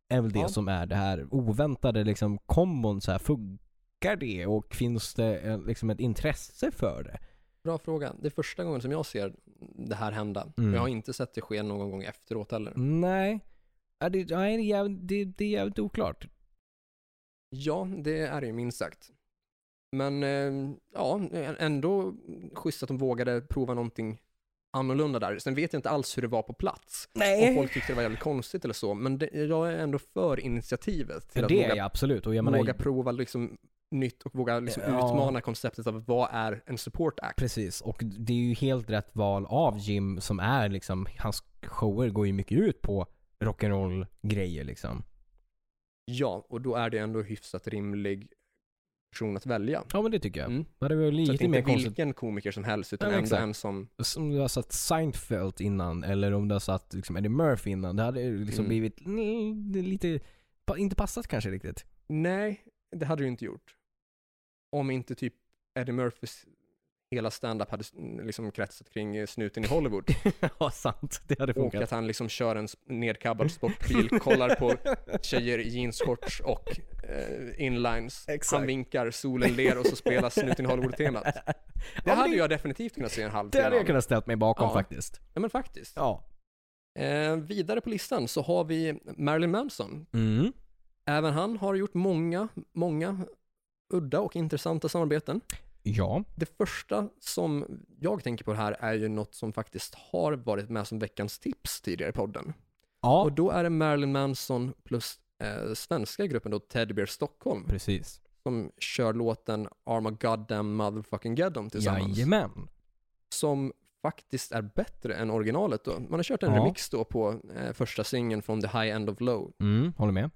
är väl det Ja. som är det här oväntade liksom kombon så här funkar det och finns det eh, liksom ett intresse för det? Bra fråga. Det är första gången som jag ser det här hända. Mm. Jag har inte sett det ske någon gång efteråt heller. Nej, Ja, det, nej, det, är jävligt, det, det är jävligt oklart. Ja, det är det ju minst sagt. Men eh, ja, ändå schysst att de vågade prova någonting annorlunda där. Sen vet jag inte alls hur det var på plats. Om Eh. folk tyckte det var jävligt konstigt eller så, men det, jag är ändå för initiativet till Ja, att det våga, är jag absolut. Och jag menar, våga prova liksom nytt och våga liksom Ja. utmana konceptet av vad är en support act. precis. Och det är ju helt rätt val av Jim som är liksom, hans shower går ju mycket ut på rock'n'roll grejer liksom. Ja, och då är det ändå hyfsat rimlig person att välja. Ja men det tycker jag. Mm. Men det var ju Så att lite inte mer konstigt. vilken komiker som helst, utan Ja, men ändå exakt. en som... Som du har satt Seinfeld innan, eller om du har satt liksom Eddie Murphy innan. Det hade ju liksom Mm. blivit mm, det är lite, pa- inte passat kanske riktigt. Nej, det hade du inte gjort. Om inte typ Eddie Murphys hela stand-up hade mm, liksom kretsat kring eh, snuten i Hollywood. ja sant, det hade Och funkat. att han liksom kör en sp- nedkabbad sportbil, kollar på tjejer i jeansshorts och eh, inlines. Exakt. Han vinkar, solen ler och så spelar snuten i Hollywood-temat. Det men hade det- jag definitivt kunnat se en halv Det hade timme jag av. kunnat ställt mig bakom Ja. faktiskt. Ja men faktiskt. Ja. Eh, vidare på listan så har vi Marilyn Manson. Mm. Även han har gjort många, många udda och intressanta samarbeten. Ja. Det första som jag tänker på här är ju något som faktiskt har varit med som veckans tips tidigare i podden. Ja. Och då är det Marilyn Manson plus eh, svenska gruppen då, Teddy Bear Stockholm, Precis. som kör låten Arma Goddamn Motherfucking Goddamn tillsammans. Jajamän. Som faktiskt är bättre än originalet då. Man har kört en Ja. remix då på eh, första singeln från The High End of Low. Mm, håller med.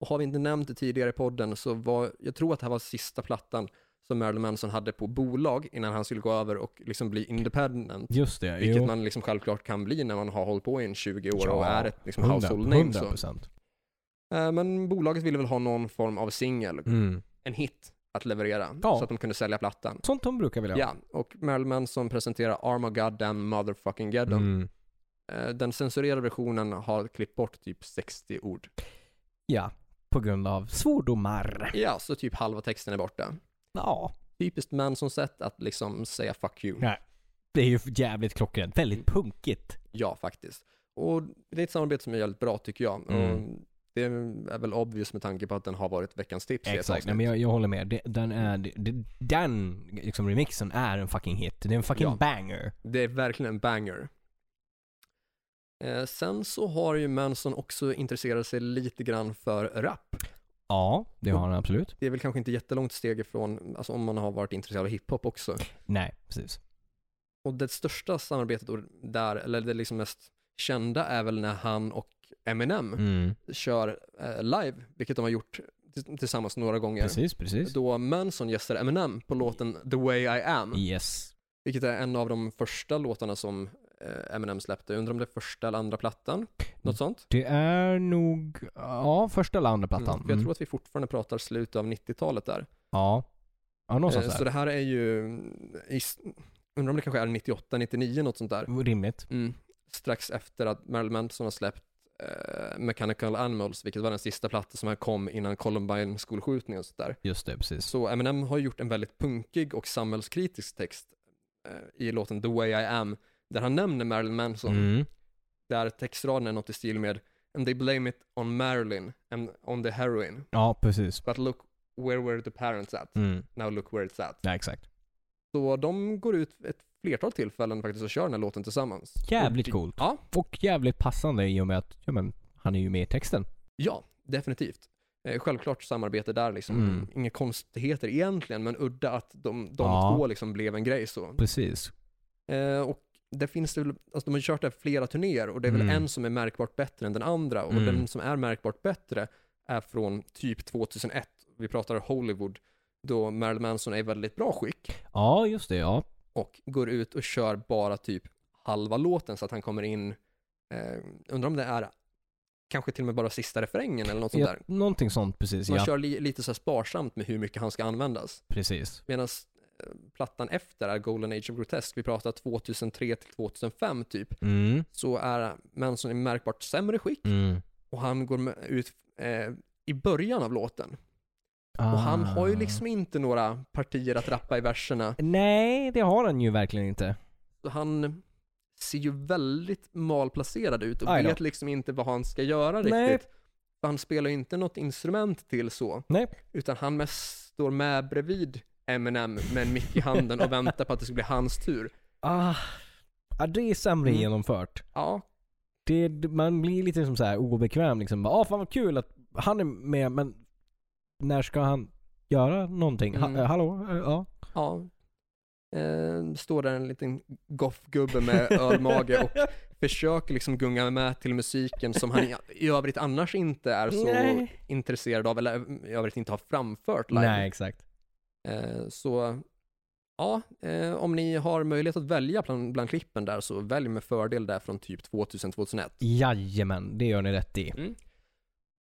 Och har vi inte nämnt det tidigare i podden så var, jag tror att det här var sista plattan som Marilyn Manson hade på bolag innan han skulle gå över och liksom bli independent. Just det. Vilket jo. man liksom självklart kan bli när man har hållit på i en 20 år och Ja, är ett liksom 100, household name. Så. 100%. Eh, Men bolaget ville väl ha någon form av singel, Mm. en hit att leverera Ja. så att de kunde sälja plattan. Sånt de brukar vilja Ja, ha. och Marilyn Manson presenterar Arma Goddamn Motherfucking Geddon. Mm. Eh, Den censurerade versionen har klippt bort typ 60 ord. Ja, på grund av svordomar. Ja, så typ halva texten är borta. Ja. Typiskt Mansons sätt att liksom säga fuck you. Ja. Det är ju jävligt klockrent. Väldigt punkigt. Ja, faktiskt. Och det är ett samarbete som är jävligt bra tycker jag. Mm. Och det är väl obvious med tanke på att den har varit veckans tips i ett Exakt. Nej, avsnitt. men jag, jag håller med. Det, den är, det, det- den liksom remixen är en fucking hit. Det är en fucking Ja. banger. Det är verkligen en banger. Eh, sen så har ju Manson också intresserat sig lite grann för rap. Ja, det har den absolut. Det är väl kanske inte jättelångt steg ifrån, alltså om man har varit intresserad av hiphop också. Nej, precis. Och det största samarbetet då där, eller det liksom mest kända är väl när han och Eminem Mm. kör eh, live, vilket de har gjort t- tillsammans några gånger. Precis, precis. Då Manson gästar Eminem på låten The Way I Am, Yes. vilket är en av de första låtarna som eh, Eminem släppte. Jag undrar om det är första eller andra plattan, något sånt. Det är nog, ja, första eller andra plattan. Mm, för jag Mm. tror att vi fortfarande pratar slutet av 90-talet där. Ja. Ja, någonstans Eh, så där. det här är ju, mm, i, undrar om det kanske är 98, 99 något sånt där. Rimligt. Mm. Strax efter att Marilyn Manson har släppt eh, Mechanical Animals, vilket var den sista platta som här kom innan Columbine-skolskjutningen och sånt där. Just det, precis. Så Eminem har gjort en väldigt punkig och samhällskritisk text eh, i låten The Way I Am, där han nämner Marilyn Manson, Mm. där textraden är något i stil med And they blame it on Marilyn and on the heroin. Ja, precis. But look where were the parents at? Mm. Now look where it's at. Ja, exakt. Så de går ut ett flertal tillfällen faktiskt och kör den här låten tillsammans. Jävligt Och- coolt. Ja, Och jävligt passande i och med att, ja men, han är ju med i texten. ja, definitivt. Eh, Självklart samarbete där liksom. Mm. Inga konstigheter egentligen, men udda att de, de Ja. två liksom blev en grej så. Precis. Eh, och det finns det väl, alltså de har kört det här flera turnéer och det är väl Mm. en som är märkbart bättre än den andra och Mm. den som är märkbart bättre är från typ 2001. Vi pratar Hollywood då Marilyn Manson är i väldigt bra skick. Ja, just det. Ja. och går ut och kör bara typ halva låten så att han kommer in, eh, undrar om det är kanske till och med bara sista refrängen eller något sånt ja där. någonting sånt precis. Så man Ja, kör li- lite så här sparsamt med hur mycket han ska användas. precis. Medan eh, plattan efter är Golden Age of Grotesque, vi pratar 2003 till 2005 typ, Mm. så är Manson i märkbart sämre skick Mm. och han går med- ut eh, i början av låten. Och han Ah. har ju liksom inte några partier att rappa i verserna. Nej, det har han ju verkligen inte. Så han ser ju väldigt malplacerad ut och Aj då. vet liksom inte vad han ska göra Nej. riktigt. För han spelar ju inte något instrument till så, Nej. utan han mest står med bredvid Eminem med en mick i handen och väntar på att det ska bli hans tur. Ah. Ja, det är sämre Mm. genomfört. Ja, Det, man blir lite som så här obekväm liksom. Bara, Ah, fan vad kul att han är med men när ska han göra någonting? Ha, Mm. eh, hallå? Eh, Ja. ja. Eh, står där en liten goffgubbe med ölmage och försöker liksom gunga med till musiken som han i, i övrigt annars inte är så Nej. intresserad av eller eh, i övrigt inte har framfört live. Nej, exakt. Eh, så ja, eh, om ni har möjlighet att välja bland, bland klippen där så välj med fördel där från typ 2000-2001. Jajamän, det gör ni rätt i.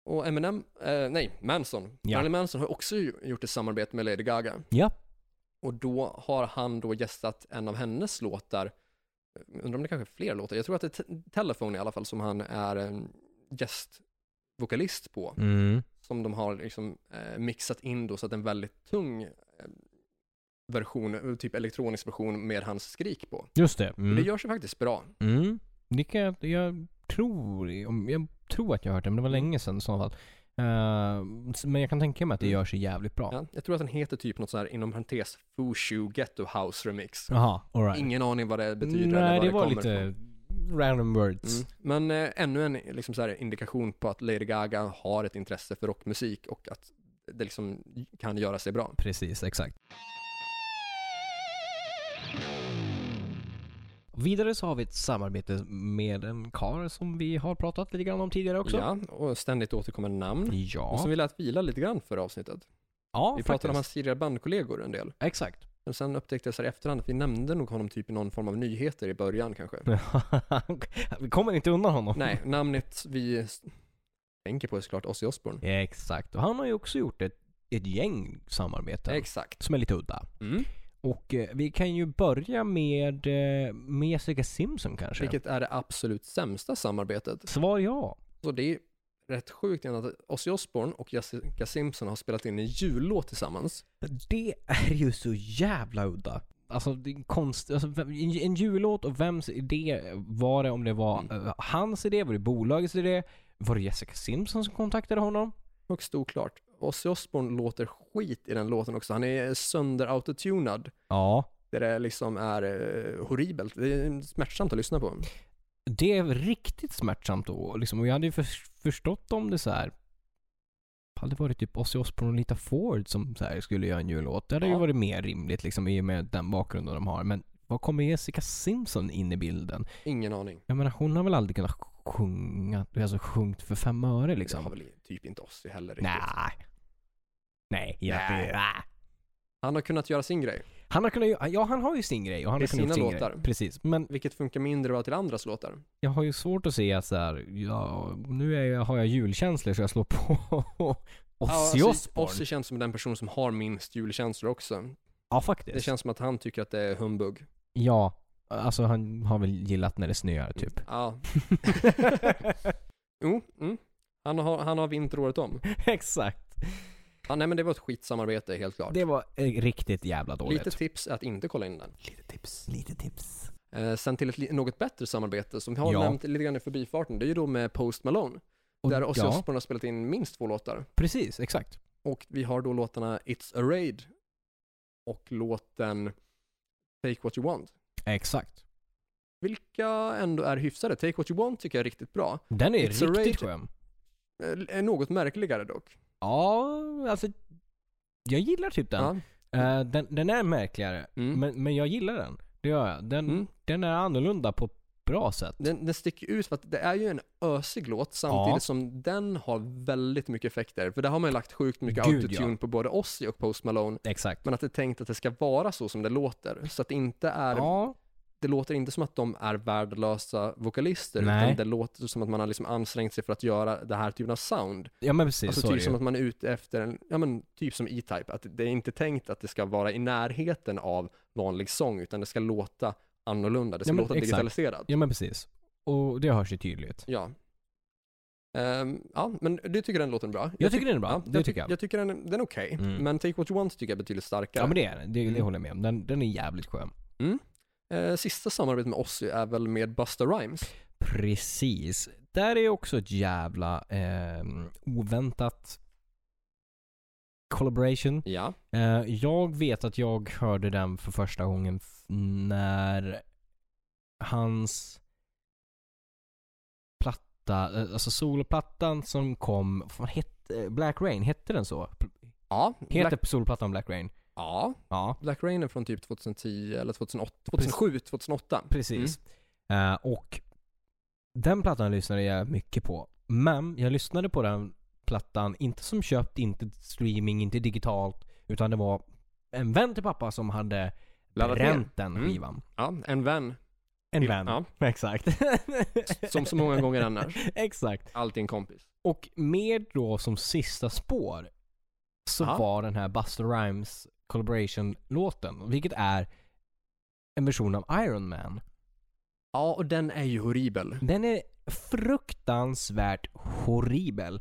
Och Eminem, eh, nej, Manson. Ja. Marilyn Manson har också ju- gjort ett samarbete med Lady Gaga. Ja. Och då har han då gästat en av hennes låtar, undrar om det kanske är fler låtar, jag tror att det är Te- Telephone i alla fall som han är en gästvokalist på. Mm. Som de har liksom eh, mixat in då så att en väldigt tung eh, version, eh, typ elektronisk version med hans skrik på. Just det. Och Mm. Det gör sig faktiskt bra. Mm. Det kan jag, jag tror, om- jag tror att jag har hört det, men det var länge sedan i så fall. Eh, s- men jag kan tänka mig att det gör sig jävligt bra. Mm. Ja, jag tror att den heter typ något så här inom parentes Fushu Ghetto House Remix. Jaha, alright. Ingen aning vad det betyder eller Nej, vad det, det, var kommer lite ifrån. random words. Mm. Men eh, ännu en liksom, så här, indikation på att Lady Gaga har ett intresse för rockmusik och att det liksom kan göra sig bra. Precis, exakt. Vidare så har vi ett samarbete med en kar som vi har pratat lite grann om tidigare också. Ja, och ständigt återkommande namn. Ja, Och som vi lät vila lite grann för avsnittet. ja vi faktiskt. pratade om hans tidigare bandkollegor en del. Exakt. Men sen upptäckte jag så här i efterhand att vi nämnde nog honom typ i någon form av nyheter i början kanske. vi kommer inte undan honom. Nej, namnet vi s- tänker på är såklart Ozzy Osbourne. Exakt. Och han har ju också gjort ett, ett gäng samarbeten. Exakt. som är lite udda. Mm. Och eh, vi kan ju börja med, eh, med Jessica Simpson kanske. Vilket är det absolut sämsta samarbetet. Svar ja. Så det är rätt sjukt egentligen att Ozzy Osbourne och Jessica Simpson har spelat in en jullåt tillsammans. Det är ju så jävla udda. Alltså, det är en konst, alltså vem- en, en jullåt och vems idé var det? Om det var eh, hans idé, var det bolagets idé? Var det Jessica Simpson som kontaktade honom? Högst oklart. Ozzy Osbourne låter skit i den låten också. Han är sönder autotunad. Ja. Det där liksom är eh, horribelt. Det är smärtsamt att lyssna på. Det är riktigt smärtsamt då. Liksom. Och jag hade ju för, förstått om det så här. Hade det varit typ Ozzy Osbourne och Lita Ford som så här skulle göra en jullåt. Det hade Ja. ju varit mer rimligt liksom, i och med den bakgrunden de har. Men vad kommer Jessica Simpson in i bilden? Ingen aning. Jag menar hon har väl aldrig kunnat sjunga, alltså sjungit för fem öre Det har liksom? väl typ inte Ozzy heller riktigt. Nej. Nej, jag Nej. vet inte. Han har kunnat göra sin grej, Han har kunnat ju- ja han har ju sin grej och han Det har är kunnat gjort sina sin låtar. grej. Precis. Men vilket funkar mindre bra till andras låtar. Jag har ju svårt att se att så här, ja, nu är jag, har jag julkänslor så jag slår på Ozzy Ja, alltså, Osbourne. Ozzy känns som den person som har minst julkänslor också. Ja faktiskt. Det känns som att han tycker att det är humbug. Ja, alltså han har väl gillat när det snöar typ. Ja. Jo, mm. han, har, han har vinter året om. Exakt. Ja, nej men det var ett skitsamarbete helt klart. Det var eh, riktigt jävla dåligt. Lite tips är att inte kolla in den. lite tips. Lite tips. Eh, sen till ett li- något bättre samarbete som vi har Ja. nämnt lite grann i förbifarten. Det är ju då med Post Malone. Och, där Ozzy ja, Osbourne har spelat in minst två låtar. precis, exakt. Och vi har då låtarna It's a Raid och låten Take What You Want. Exakt. Vilka ändå är hyfsade. Take What You Want tycker jag är riktigt bra. Den är It's a riktigt raid. skön. Eh, är något märkligare dock. Ja, alltså jag gillar typ den. Ja. Eh, den, den är märkligare, Mm. men, men jag gillar den. Det gör jag. Den, Mm. den är annorlunda på ett bra sätt. Den, den sticker ut för att det är ju en ösig låt samtidigt Ja. som den har väldigt mycket effekter. För där har man ju lagt sjukt mycket Gud, autotune ja. på både Ozzy och Post Malone. Exakt. Men att det är tänkt att det ska vara så som det låter. Så att det inte är, Ja, det låter inte som att de är värdelösa vokalister. Nej. Utan det låter som att man har liksom ansträngt sig för att göra det här typen av sound. ja men precis. Alltså så är typ det som ju. att man är ute efter en, ja men typ som E-Type, att det är inte tänkt att det ska vara i närheten av vanlig sång, utan det ska låta annorlunda, det ska Ja, men låta exakt. digitaliserat. Ja men precis. Och det hörs ju tydligt. Ja. Ehm, ja, men du tycker den låter bra? Jag, tycker den är bra. Det jag tycker jag. Jag tycker den, den är okej, Mm. men Take What You Want tycker jag är betydligt starkare. Ja men det är den. Det, det Mm. håller jag med om. Den, den är jävligt skön. Eh, sista samarbetet med Ozzy är väl med Busta Rhymes? Precis. Där är också ett jävla ehm, oväntat collaboration. Ja. Eh, jag vet att jag hörde den för första gången f- när hans platta, eh, alltså soloplattan som kom, vad fan hette, Black Rain, hette den så? Ja. Heter Black, soloplattan Black Rain? ja. Ja. Black Rain är från typ 2010 eller 2008, 2007, 2008. Precis. Mm. Eh, och den plattan lyssnade jag mycket på. Men jag lyssnade på den plattan, inte som köpt, inte streaming, inte digitalt. Utan det var en vän till pappa som hade Laddat ner. bränt den Mm. skivan. Ja, en vän. En vän. Ja, Exakt. som så många gånger annars. Exakt. Alltid en kompis. Och med då som sista spår så Ja. var den här Buster Rhymes collaboration-låten. Vilket är en version av Iron Man. Ja, och den är ju horribel. Den är fruktansvärt horribel.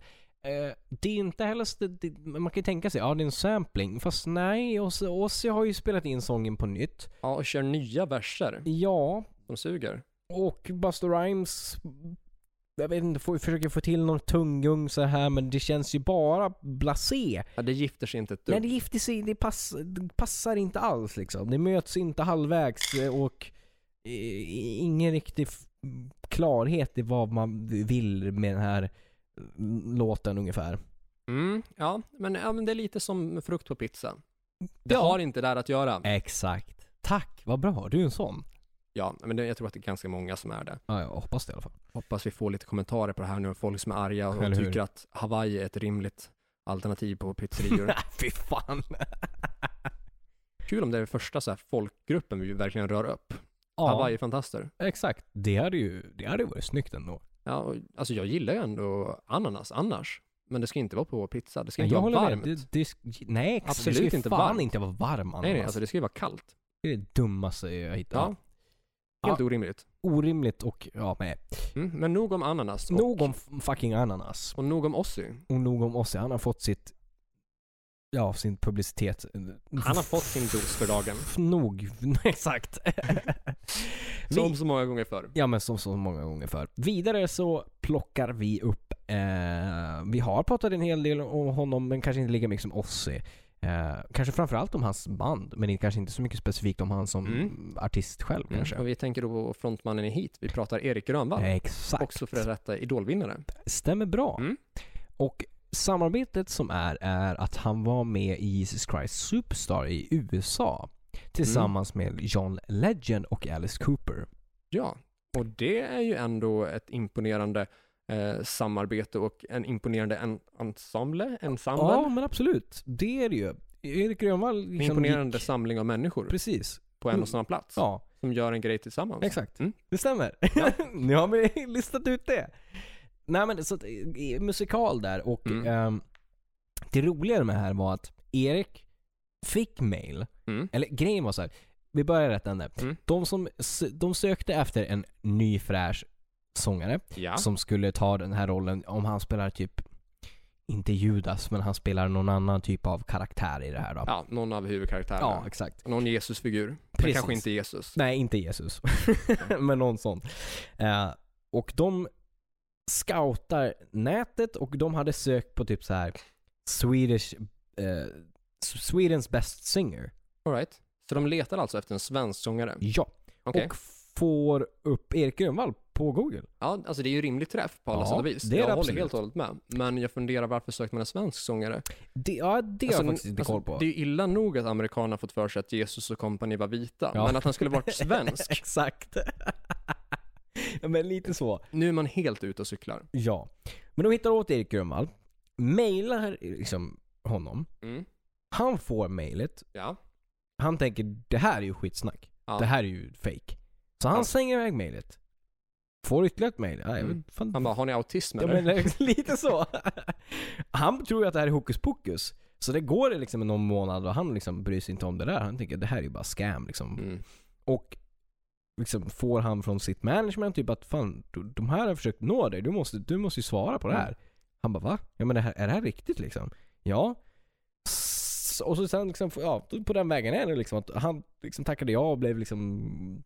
Eh, det är inte heller, så- det, det, man kan ju tänka sig, ja det är en sampling. Fast nej, Ozzy, Ozzy har ju spelat in sången på nytt. Ja, och kör nya verser. Ja, De suger. och Buster Rhymes, jag vet inte, får, försöker få till någon tunggung så här men det känns ju bara blasé. Ja, det gifter sig inte ett Nej dugg. det gifter sig, det, pass, det passar inte alls liksom. Det möts inte halvvägs eh, och eh, ingen riktig f- klarhet i vad man vill med den här mm, låten ungefär. Mm, ja, men, ja, men det är lite som frukt på pizza. Det Ja. har inte där att göra. Exakt. Tack, vad bra. Du är en sån. Ja, men det, jag tror att det är ganska många som är det. Ja, jag hoppas det i alla fall. Hoppas vi får lite kommentarer på det här nu, folk som är arga och Eller hur? tycker att Hawaii är ett rimligt alternativ på pizzerior. Nej, fy fan. Kul om det är den första så här folkgruppen vi verkligen rör upp. Ja, Hawaii-fantaster. exakt. Det hade ju det hade ju varit snyggt ändå. Ja, och, alltså jag gillar ju ändå ananas annars, men det ska inte vara på pizza. Det ska Men inte jag vara håller varmt. med. Det, det, sk- nej, exakt. Absolut det ska ju inte fan varmt. inte vara varm Nej, nej, ananas. alltså det ska ju vara kallt. Det är det dummaste jag hittat. Ja. Helt orimligt. Orimligt och, ja, nej. Mm, men nog om ananas. Och, Nog om f- fucking ananas. och nog om Ossi. Och nog om Ozzy. Han har fått sitt, ja, sin publicitet. Han har fått sin dos för dagen. Mm. Nog, exakt. Som så många gånger förr. Ja men som så många gånger för. Vidare så plockar vi upp, eh, vi har pratat en hel del om honom men kanske inte lika mycket som Ozzy. Eh, kanske framförallt om hans band men kanske inte så mycket specifikt om han som Mm. artist själv kanske. Och vi tänker då på frontmannen i hit. Vi pratar Erik Grönvall. Exakt. Också för att rätta idolvinnare. Stämmer bra. Mm. Och samarbetet som är, är att han var med i Jesus Christ Superstar i USA tillsammans Mm. med John Legend och Alice Cooper. Ja, och det är ju ändå ett imponerande eh, samarbete och en imponerande en- ensemble. ensemble. Ja men absolut, det är det ju. Erik Grönvall En liksom imponerande gick- samling av människor Precis. på en och samma plats Ja, som gör en grej tillsammans. exakt. Mm. Det stämmer. Ja. nu har vi listat ut det. Nej men så att, eh, eh, musikal där och Mm. ehm, det roliga med det här var att Erik fick mail, Mm. eller grejen var så här. vi börjar i rätt ände. Mm. De, som, s- de sökte efter en ny fräsch sångare Ja. som skulle ta den här rollen om han spelar typ, inte Judas, men han spelar någon annan typ av karaktär i det här då. ja, någon av huvudkaraktärerna. ja exakt. Någon Jesusfigur. Men Precis. kanske inte Jesus. Nej, inte Jesus. Men någon sån. Eh, och de scoutar nätet och de hade sökt på typ så här Swedish, eh, Swedens best singer. All right. Så de letar alltså efter en svensk sångare? Ja. Okej. Och får upp Erik Grönvall på google. Ja, alltså det är ju rimlig träff på alla Ja, sätt och vis. det är jag det håller absolut. helt och hållet med. Men jag funderar varför sökte man en svensk sångare? Det, ja, det har jag faktiskt inte koll på. Alltså, Det är ju illa nog att amerikanerna fått för sig att Jesus och kompani var vita, Ja. men att han skulle varit svensk. Exakt. Ja, Men lite så. Nu är man helt ute och cyklar. Ja. Men de hittar åt Erik Grönvall, mailar liksom honom. Mm. Han får mailet Ja. han tänker det här är ju skitsnack. Ja. Det här är ju fake. Så han Ja. slänger iväg mejlet. Får ytterligare ett mejl. Nej, Mm. fan. Han bara, har ni autism ja, eller? men, lite så. han tror ju att det här är hokus pokus. Så det går liksom någon månad och han liksom bryr sig inte om det där. Han tänker det här är ju bara scam liksom. Mm. Och liksom får han från sitt management typ att fan, du- de här har försökt nå dig. Du måste, du måste ju svara på det här. Han bara va? Ja men det här, är det här riktigt liksom? Ja. S- Och så sen liksom, ja, på den vägen är det liksom att han liksom tackade ja och blev liksom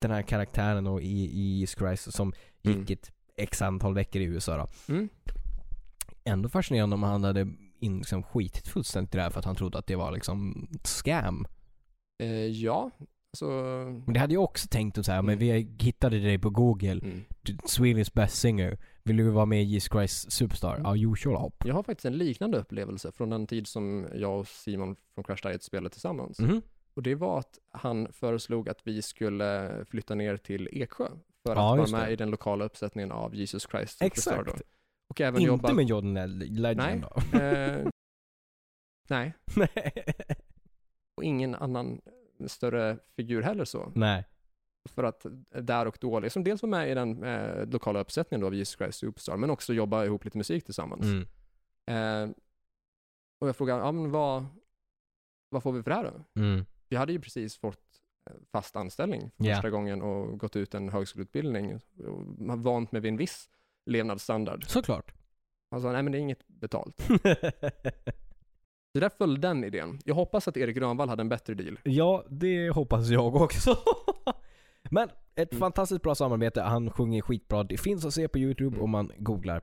den här karaktären och i, i Jesus Christ som gick Mm. ett x antal veckor i USA då. Mm. Ändå fascinerande om han hade in, liksom, skitit fullständigt i det här för att han trodde att det var liksom scam. Eh, ja, alltså... Men det hade jag också tänkt att säga, men vi hittade dig på google Mm. Swedish best singer. Vill du vara med i Jesus Christ Superstar? Ja, you sure hopp. Jag har faktiskt en liknande upplevelse från den tid som jag och Simon från Crash Diet spelade tillsammans. Mhm. Och det var att han föreslog att vi skulle flytta ner till Eksjö för att Ja, vara just med det. i den lokala uppsättningen av Jesus Christ Superstar Exakt. då. Och även Inte jobba... med Jordan Le- Nej. Legend då. Eh, nej, och ingen annan större figur heller så. Nej. För att där och då, liksom dels vara med i den eh, lokala uppsättningen då av Jesus Christ Superstar, men också jobba ihop lite musik tillsammans. Mm. Eh, och jag frågade, ja, men vad, vad får vi för det här då? Mm. Jag hade ju precis fått eh, fast anställning för Ja. första gången och gått ut en högskoleutbildning och man vant mig vid en viss levnadsstandard. Såklart. Alltså, nej men det är inget betalt. Så där föll den idén. Jag hoppas att Erik Grönvall hade en bättre deal. ja, det hoppas jag också. Men ett Mm. fantastiskt bra samarbete. Han sjunger skitbra. Det finns att se på YouTube Mm. om man googlar.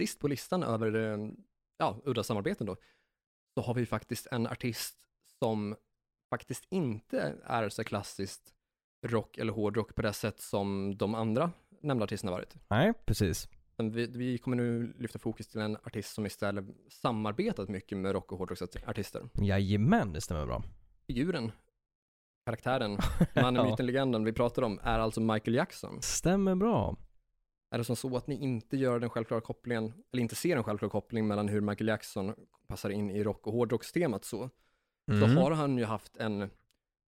Sist på listan över eh, ja, udda samarbeten då, så har vi faktiskt en artist som faktiskt inte är så klassiskt rock eller hårdrock på det sätt som de andra nämnda artisterna varit. Nej, precis. Men Vi, vi kommer nu lyfta fokus till en artist som istället samarbetat mycket med rock och hårdrocksartister. Jajamän, det stämmer bra. Figuren, karaktären, mannen, Ja. myten, legenden vi pratar om är alltså Michael Jackson. Stämmer bra. Är det som så att ni inte gör den självklara kopplingen, eller inte ser en självklar koppling mellan hur Michael Jackson passar in i rock och hårdrockstemat så, Mm. så har han ju haft en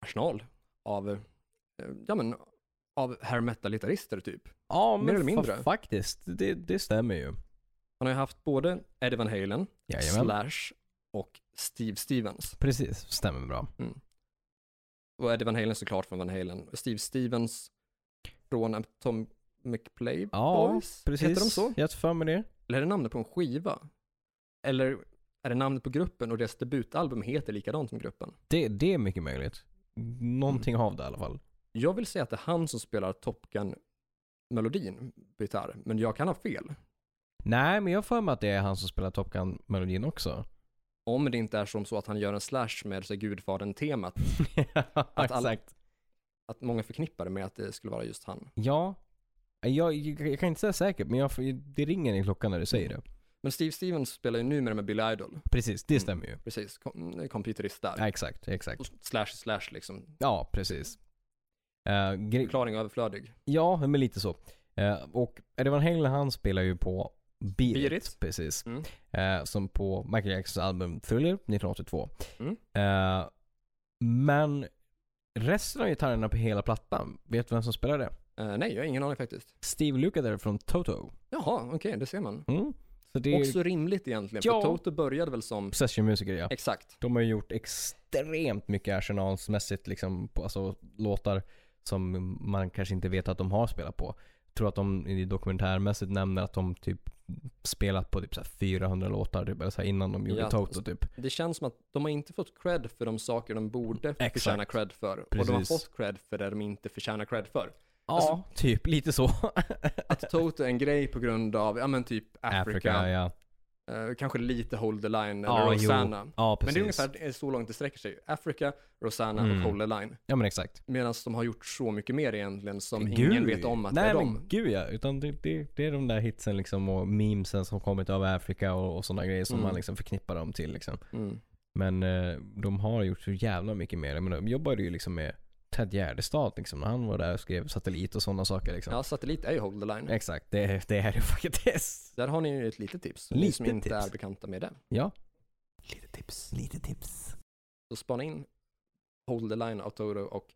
arsenal av, eh, ja men, av hair metal-gitarrister typ. Ja, mer men eller fa- mindre. faktiskt. Det, det stämmer ju. Han har ju haft både Eddie Van Halen, Jajamän. Slash och Steve Stevens. Precis, stämmer bra. Och Eddie Van Halen såklart från Van Halen. Steve Stevens från Atomic Playboys. Ja, Precis. Heter de så? Jag har för mig det. Eller är det namnet på en skiva? Eller är det namnet på gruppen och deras debutalbum heter likadant som gruppen? det. Det är mycket möjligt. Någonting Mm. av det i alla fall. Jag vill säga att det är han som spelar Top Gun-melodin på gitarr, men jag kan ha fel. Nej, men jag har för mig att det är han som spelar Top Gun-melodin också. Om det inte är som så att han gör en slash med så här Gudfadern-temat, Exakt. alla- att många förknippar det med att det skulle vara just han. Ja. Jag, jag, jag kan inte säga säkert, men jag, det ringer i klockan när du säger det. Men Steve Stevens spelar ju numera med Billy Idol, Precis, det Mm. stämmer ju. precis, kom- komputerist där. Ja, exakt, exakt. Och Slash, slash liksom. Ja, precis. Eh, gre- Förklaring överflödig. ja, men lite så. Eh, och Eddie Van Halen han spelar ju på Beat, Beat It, It. precis. Mm. Eh, som på Michael Jacksons album Thriller 1982. Mm. Eh, men resten av gitarrerna på hela plattan, vet du vem som spelar det? Eh, nej, jag har ingen aning faktiskt. Steve Lukather från Toto. Jaha, okej, det ser man. Mm. Så det är ju Också rimligt egentligen, Ja. för Toto började väl som, sessionmusiker ja. exakt, De har ju gjort extremt mycket arsenalsmässigt, liksom, på, alltså låtar som man kanske inte vet att de har spelat på. Jag tror att de i dokumentärmässigt nämner att de typ spelat på typ så här 400 låtar typ, eller så här innan de gjorde Ja, Toto typ. det känns som att de har inte fått cred för de saker de borde Exakt. förtjäna cred för. Och de har Precis. fått cred för det de inte förtjänar cred för. Ja, Alltså- typ lite så. Att Toto är en grej på grund av, ja men typ Africa, Africa, ja. eh, kanske lite Hold the Line eller Ja, jo. Rosanna. Ja, Men precis. det är ungefär så långt det sträcker sig. Africa, Rosanna Mm. och Hold the Line. Ja men exakt. Medan de har gjort så mycket mer egentligen som ingen vet om att Nej, det är men dem. gud ja. Utan det, det, det är de där hitsen liksom och memesen som kommit av Afrika och, och sådana grejer som Mm. man liksom förknippar dem till liksom. Mm. Men eh, de har gjort så jävla mycket mer. Jag menar, de jobbade ju liksom med Ted Gärdestad liksom, när han var där och skrev satellit och sådana saker liksom. Ja, satellit är ju Hold the Line. Exakt, det, det är det faktiskt. Där har ni ju ett litet tips. Litet ni som inte tips. är bekanta med det. Ja. Lite tips. Lite tips. Så spana in Hold the Line av Toto och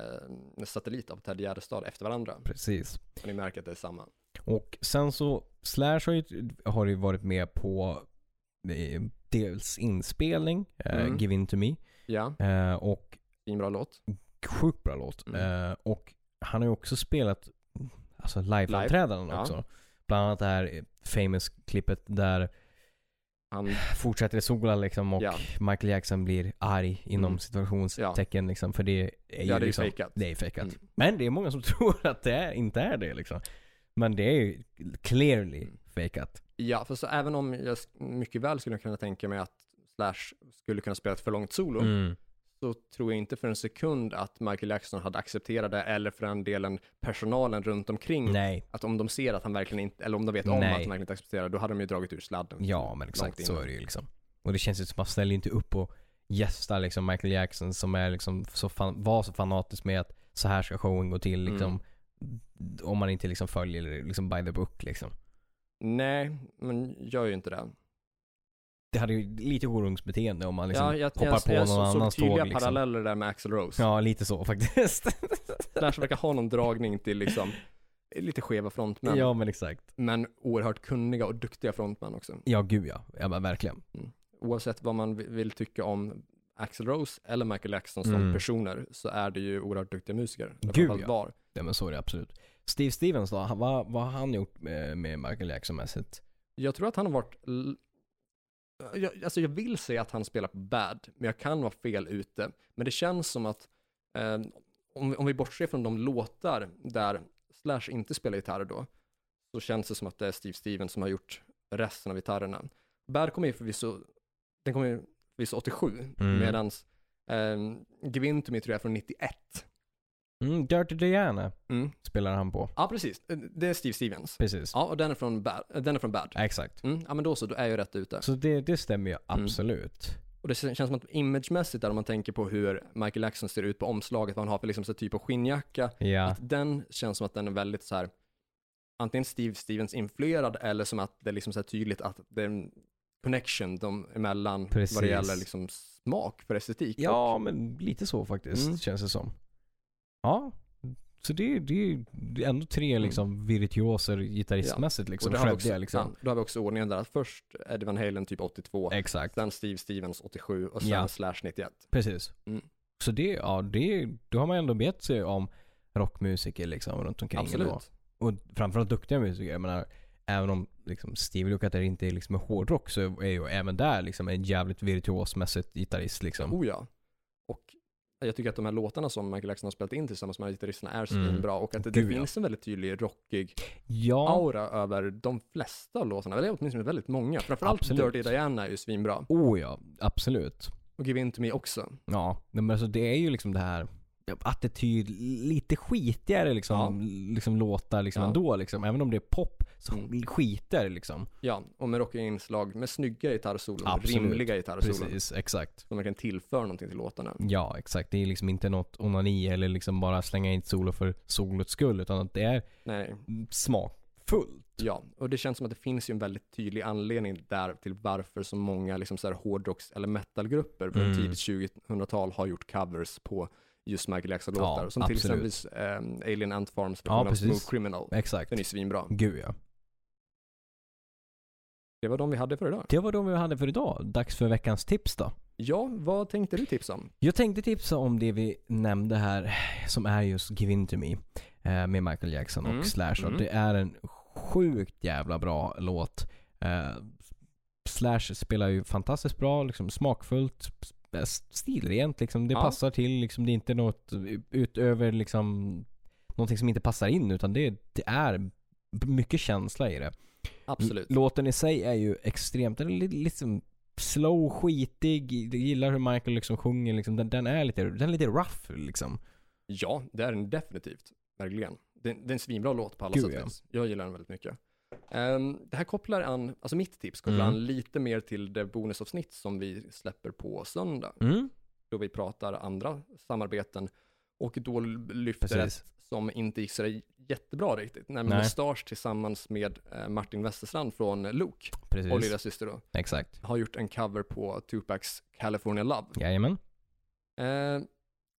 eh, Satellit av Ted Gärdestad efter varandra. Precis. Och ni märker att det är samma. Och sen så, Slash har ju, har ju varit med på eh, dels inspelning, eh, Mm. Give In To Me, Ja, eh, och fin bra låt. sjukt bra låt. Mm. Eh, och han har ju också spelat alltså live-framträdanden Live, ja. också. Bland annat det här eh, famous klippet där Han, fortsätter i solen liksom och Ja. Michael Jackson blir arg inom Mm. situationstecken liksom. För det är ju ja, det är ju liksom, fejkat. det är fejkat. Mm. Men det är många som tror att det är, inte är det liksom. Men det är ju clearly Mm. fejkat. Ja, för så även om jag sk- mycket väl skulle kunna tänka mig att Slash skulle kunna spela ett för långt solo, Mm. så tror jag inte för en sekund att Michael Jackson hade accepterat det, eller för den delen personalen runt omkring. Nej, Att om de ser att han verkligen inte, eller om de vet om Nej. att han verkligen inte accepterar, då hade de ju dragit ur sladden. ja men Långt exakt så innan. är det ju liksom. Och det känns ju som att man ställer inte upp och gästar liksom Michael Jackson som är liksom så fan, var så fanatisk med att så här ska showen gå till liksom. Mm. Om man inte liksom följer liksom by the book liksom. Nej, men gör ju inte det. Det hade ju lite orungsbeteende om man liksom ja, jag, hoppar jag, på jag någon såg annans tydliga tåg liksom. paralleller där med Axl Rose. Ja, lite så faktiskt. Slash verkar ha någon dragning till liksom, lite skeva frontmän, Ja men exakt. men oerhört kunniga och duktiga frontmän också. Ja gud ja. Ja men verkligen. Oavsett vad man vi- vill tycka om Axl Rose eller Michael Jackson som Mm. personer så är det ju oerhört duktiga musiker. Eller Gud, framförallt ja. var. Ja men så är det absolut. Steve Stevens då, han- vad, vad har han gjort med, med Michael Jackson mässigt? Jag tror att han har varit, l- jag, alltså jag vill säga att han spelar på Bad, men jag kan vara fel ute. Men det känns som att, eh, om, vi- om vi bortser från de låtar där Slash inte spelar gitarr då, så känns det som att det är Steve Stevens som har gjort resten av gitarrerna. Bad kommer ju förvisso, den kommer ju förvisso 87, Mm. medan Um, Givin to me tror jag är från 91. Mm, Dirty Diana Mm. spelar han på. Ja, precis. Det är Steve Stevens. Precis. Ja, och den är från Bad. Den är från Bad. Exakt. Mm. Ja, men då så, då är jag rätt ute. Så det, det stämmer ju Mm. absolut. Och det känns som att imagemässigt där, om man tänker på hur Michael Jackson ser ut på omslaget, vad han har för liksom, så typ av skinnjacka, Ja. att den känns som att den är väldigt så här, antingen Steve Stevens influerad eller som att det är liksom så här tydligt att det är en connection dem emellan Precis. vad det gäller liksom smak för estetik. Ja, men lite så faktiskt Mm. känns det som. Ja. Så det, det är ändå tre liksom virtuoser gitarristmässigt Mm. och, och liksom. det har vi Freddiga också, liksom. ja, då har vi också ordningen där att först Eddie Van Halen typ 82, Exakt. sen Steve Stevens 87 och sen Ja. Slash 91. Precis. Mm. Så det, ja det, då har man ändå bett sig om rockmusiker liksom runt omkring. Då. Absolut. Och framförallt duktiga musiker. Jag menar, även om liksom Steve Lukather inte är liksom hårdrock så är ju även där liksom en jävligt virtuosmässigt gitarrist liksom. Oh ja. Och jag tycker att de här låtarna som Michael Jackson har spelat in tillsammans med gitarristerna är så Mm. bra och att det, det Gud, ja. finns en väldigt tydlig rockig Ja. aura över de flesta av låtarna, eller åtminstone väldigt många. Framförallt Absolut. Dirty Diana är ju svinbra. Oh ja, absolut. Och Give In To Me också. Ja, men alltså det är ju liksom det här attityd, lite skitigare liksom, Ja. liksom låtar liksom Ja. ändå liksom. Även om det är pop så Mm. skiter liksom. Ja, och med rockiga inslag, med snygga gitarrsolon, Absolut. rimliga gitarrsolon. Precis, exakt. Som verkligen tillför någonting till låtarna. Ja, exakt. Det är liksom inte något onani eller liksom bara slänga in ett solo för solots skull utan att det är Nej, smakfullt. ja. Och det känns som att det finns ju en väldigt tydlig anledning där till varför så många liksom så här hårdrocks eller metalgrupper på Mm. tidigt 2000-tal har gjort covers på just Michael Jackson-låtar. Ja, som till absolut. exempel ehm, Alien Ant Farms Ja, version av precis. Smooth Criminal. Exakt. Den är svinbra. Gud ja. Det var de vi hade för idag. Det var de vi hade för idag. Dags för veckans tips då. Ja, vad tänkte du tipsa om? Jag tänkte tipsa om det vi nämnde här som är just Give In To Me eh, med Michael Jackson och Mm, Slash. Och mm. Det är en sjukt jävla bra låt. Eh, Slash spelar ju fantastiskt bra, liksom smakfullt, s- stilrent liksom. Det Ja. passar till liksom. Det är inte något utöver liksom någonting som inte passar in utan det, det är b- mycket känsla i det. Absolut. L- Låten i sig är ju extremt, den är li- liksom slow, skitig, jag gillar hur Michael liksom sjunger liksom. Den, den är lite, den är lite rough liksom. Ja, det är den definitivt. Verkligen. Det, det är en svinbra låt på alla Gud, sätt och ja. vis. Jag gillar den väldigt mycket. Ehm, det här kopplar an, alltså mitt tips kopplar Mm. an lite mer till det bonusavsnitt som vi släpper på söndag. Mm. Då vi pratar andra samarbeten och då lyfter Precis. ett som inte gick så där jättebra riktigt. Nämligen Nej. Mustache tillsammans med eh, Martin Westerstrand från Luke och Precis. lillasyster då, Exakt. har gjort en cover på Tupacs California Love. Jajamän. Ehm,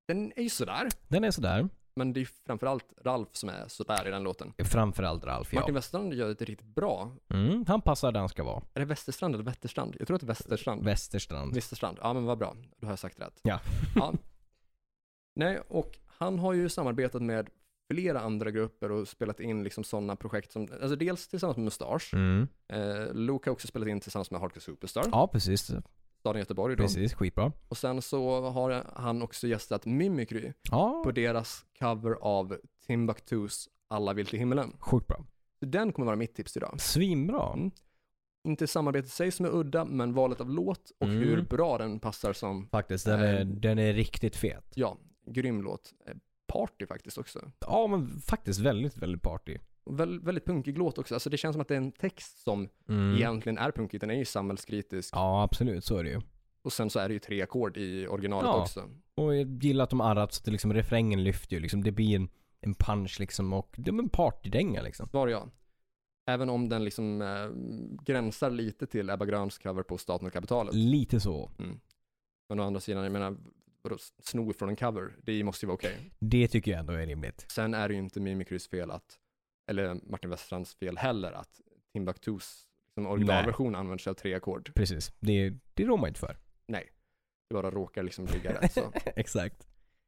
den är ju sådär. Den är sådär. Men det är ju framförallt Ralf som är sådär i den låten. Framförallt Ralf ja. Martin Westerstrand gör det riktigt bra. Mm. Han passar där han ska vara. Är det Västerstrand eller Vätterstrand? Jag tror att det är Västerstrand. Västerstrand. Västerstrand. Ja men vad bra, då har jag sagt rätt. Ja. Ja. Nej, och han har ju samarbetat med flera andra grupper och spelat in liksom sådana projekt som, alltså dels tillsammans med Mustasch. Mm. Eh, Luke har också spelat in tillsammans med Hardcore Superstar, Ja precis. staden Göteborg då. Precis, skitbra. Och sen så har han också gästat Mimikry Ja, på deras cover av Timbuktus Alla vill till himlen. sjukt bra. Så Den kommer vara mitt tips idag. Svinbra. Mm. Inte samarbetet i sig som är udda, men valet av låt och Mm. hur bra den passar som, Faktiskt, den är, Eh. den är riktigt fet. ja, grym låt. Eh, Party faktiskt också. Ja men faktiskt väldigt, väldigt party. Och Väl, väldigt punkig låt också. Alltså det känns som att det är en text som Mm. egentligen är punkig. Den är ju samhällskritisk. Ja absolut, så är det ju. Och sen så är det ju tre ackord i originalet Ja. också. Och jag gillar att de arrat så att det liksom, refrängen lyfter ju liksom. Det blir en, en punch liksom och det är en partydänga liksom. Svar ja. Även om den liksom eh, gränsar lite till Ebba Gröns cover på Staten och kapitalet. Lite så. Men å andra sidan, jag menar, vadå, sno från en cover, det måste ju vara okej. Det tycker jag ändå är rimligt. Sen är det ju inte Mimikrys fel att, eller Martin Westrands fel heller, att Timbuktus liksom originalversion använder sig av tre ackord. Precis. Det, det rår man inte för. Det bara råkar liksom ligga rätt så. Exakt.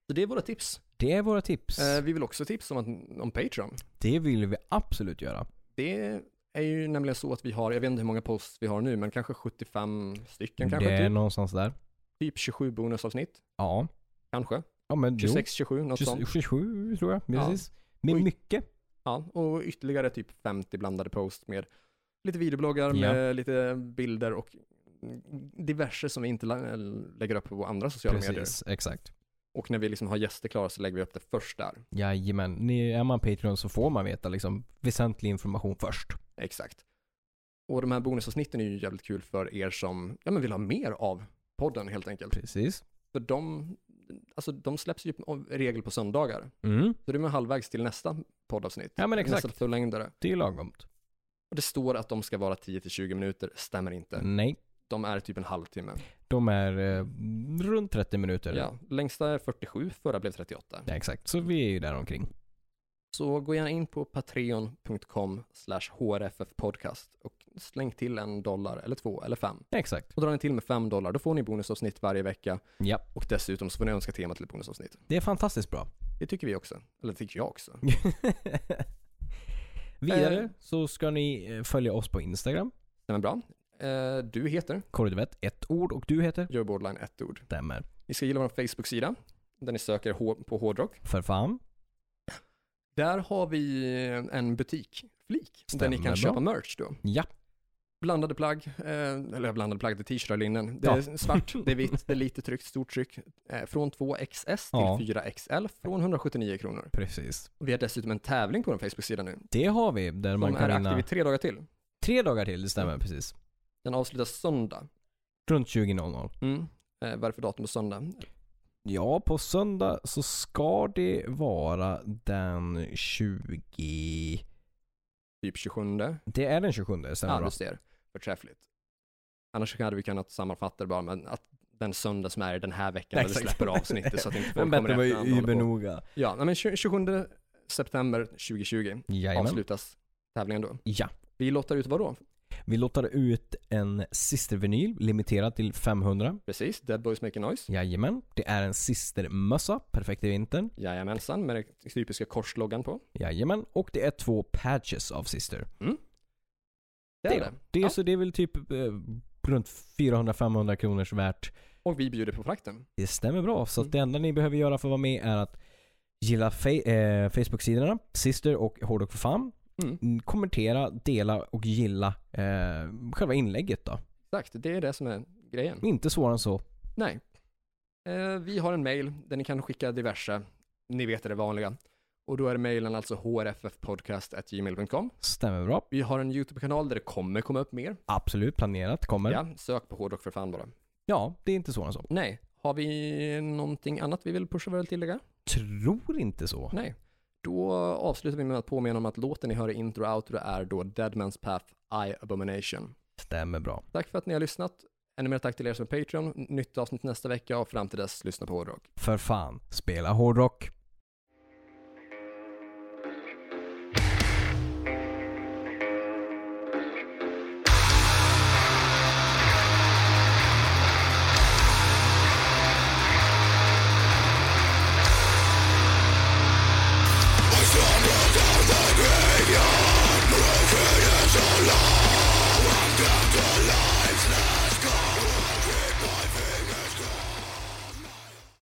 Så det är våra tips. Det är våra tips. Eh, vi vill också tipsa om, att, om Patreon. det vill vi absolut göra. Det är ju nämligen så att vi har, jag vet inte hur många posts vi har nu, men kanske 75 stycken kanske. det är Typ, någonstans där. typ 27 bonusavsnitt, Ja. kanske. Ja men jo. 26, 27, något 20 sånt. 27 tror jag. Ja. Precis. Med Oj. mycket. Ja, och ytterligare typ 50 blandade posts med lite videobloggar Ja. med lite bilder och diverse som vi inte lä- lägger upp på andra sociala medier. Precis, exakt. Och när vi liksom har gäster klara så lägger vi upp det först där. Jajamän. Ni, är man Patreon så får man veta liksom väsentlig information först. Exakt. Och de här bonusavsnitten är ju jävligt kul för er som ja, men vill ha mer av podden helt enkelt. Precis. För de, alltså, de släpps ju av regel på söndagar. Mm. Så det är man halvvägs till nästa poddavsnitt. Ja, men Nästa exakt. fullängdare. Det är lagomt. Och det står att de ska vara 10-20 minuter, stämmer inte. Nej. De är typ en halvtimme. De är eh, runt 30 minuter. Ja, längsta är 47, förra blev 38. Ja, Exakt, så vi är ju där omkring. Så gå gärna in på patreon.com slash hrffpodcast och släng till en dollar eller två eller fem. Exakt. Och drar ni till med fem dollar, då får ni bonusavsnitt varje vecka Ja, och dessutom så får ni önska tema till ett bonusavsnitt. det är fantastiskt bra. Det tycker vi också. Eller det tycker jag också. Vidare Eh. så ska ni eh, följa oss på Instagram. Stämmer bra. Eh, Du heter Korridovett, ett ord och du heter? Gör Borderline ett ord. Stämmer. Ni ska gilla vår Facebook-sida där ni söker hå- på hårdrock. För fan. Där har vi en butikflik där ni Stämmer kan bra. köpa merch då. Ja. Blandade plagg, eh, eller blandade plagg, det är t-shirtar och linnen. Det Ja. är svart, det är vitt, det är lite tryck, stort tryck. Eh, Från 2XS Ja. till 4XL från 179 kronor. Precis. Och vi har dessutom en tävling på vår Facebook-sida nu. Det har vi där man Som är kan aktiv vinna i tre dagar till. tre dagar till, det stämmer precis. Den avslutas söndag. Runt 20.00. Mm. Eh, vad är det för datum på söndag? Ja, på söndag så ska det vara den 20... Typ 27. Det är den 27, det stämmer Ja, bra. du ser. Förträffligt. Annars hade vi kunnat sammanfatta det bara med att den söndag som är den här veckan när vi Exakt. släpper avsnittet så att inte Men folk kommer bättre var efter ju übernoga. Ja, nej, men 20 27 september 2020 Jajamän. avslutas tävlingen då. Ja. Vi lottar ut vad då? Vi lottar ut en systervinyl limiterad till 500. Precis, Dead Boys Make a Noise. Jajamän. Det är en systermössa, perfekt i vintern. Jajamensan, med den typiska korsloggan på. Jajamän. Och det är två patches av Sister. Det är det. Det är, Ja. så det är väl typ eh, runt 400-500 kronors värt. Och vi bjuder på frakten. Det stämmer bra. Så att det enda ni behöver göra för att vara med är att gilla fe- eh, Facebook-sidorna, Sister och Hårdrock för fan. Mm. Mm, Kommentera, dela och gilla eh, själva inlägget då. Exakt, det är det som är grejen. Inte svårare än så. Nej. Eh, vi har en mail där ni kan skicka diverse, ni vet det vanliga. Och då är mailen alltså hrffpodcast.gmail.com. Stämmer bra. Vi har en YouTube-kanal där det kommer komma upp mer. Absolut planerat, kommer. Ja, Ja, sök på hårdrock för fan bara. det är inte svårare än så. Nej, har vi någonting annat vi vill pusha för eller tillägga? Tror inte så. Nej. Då avslutar vi med att påminna om att låten ni hör i intro och outro är då Deadman's Path, I Abomination. Stämmer bra. Tack för att ni har lyssnat. Ännu mer tack till er som är Patreon. Nytt avsnitt nästa vecka och fram till dess, lyssna på hårdrock. För fan, spela hårdrock.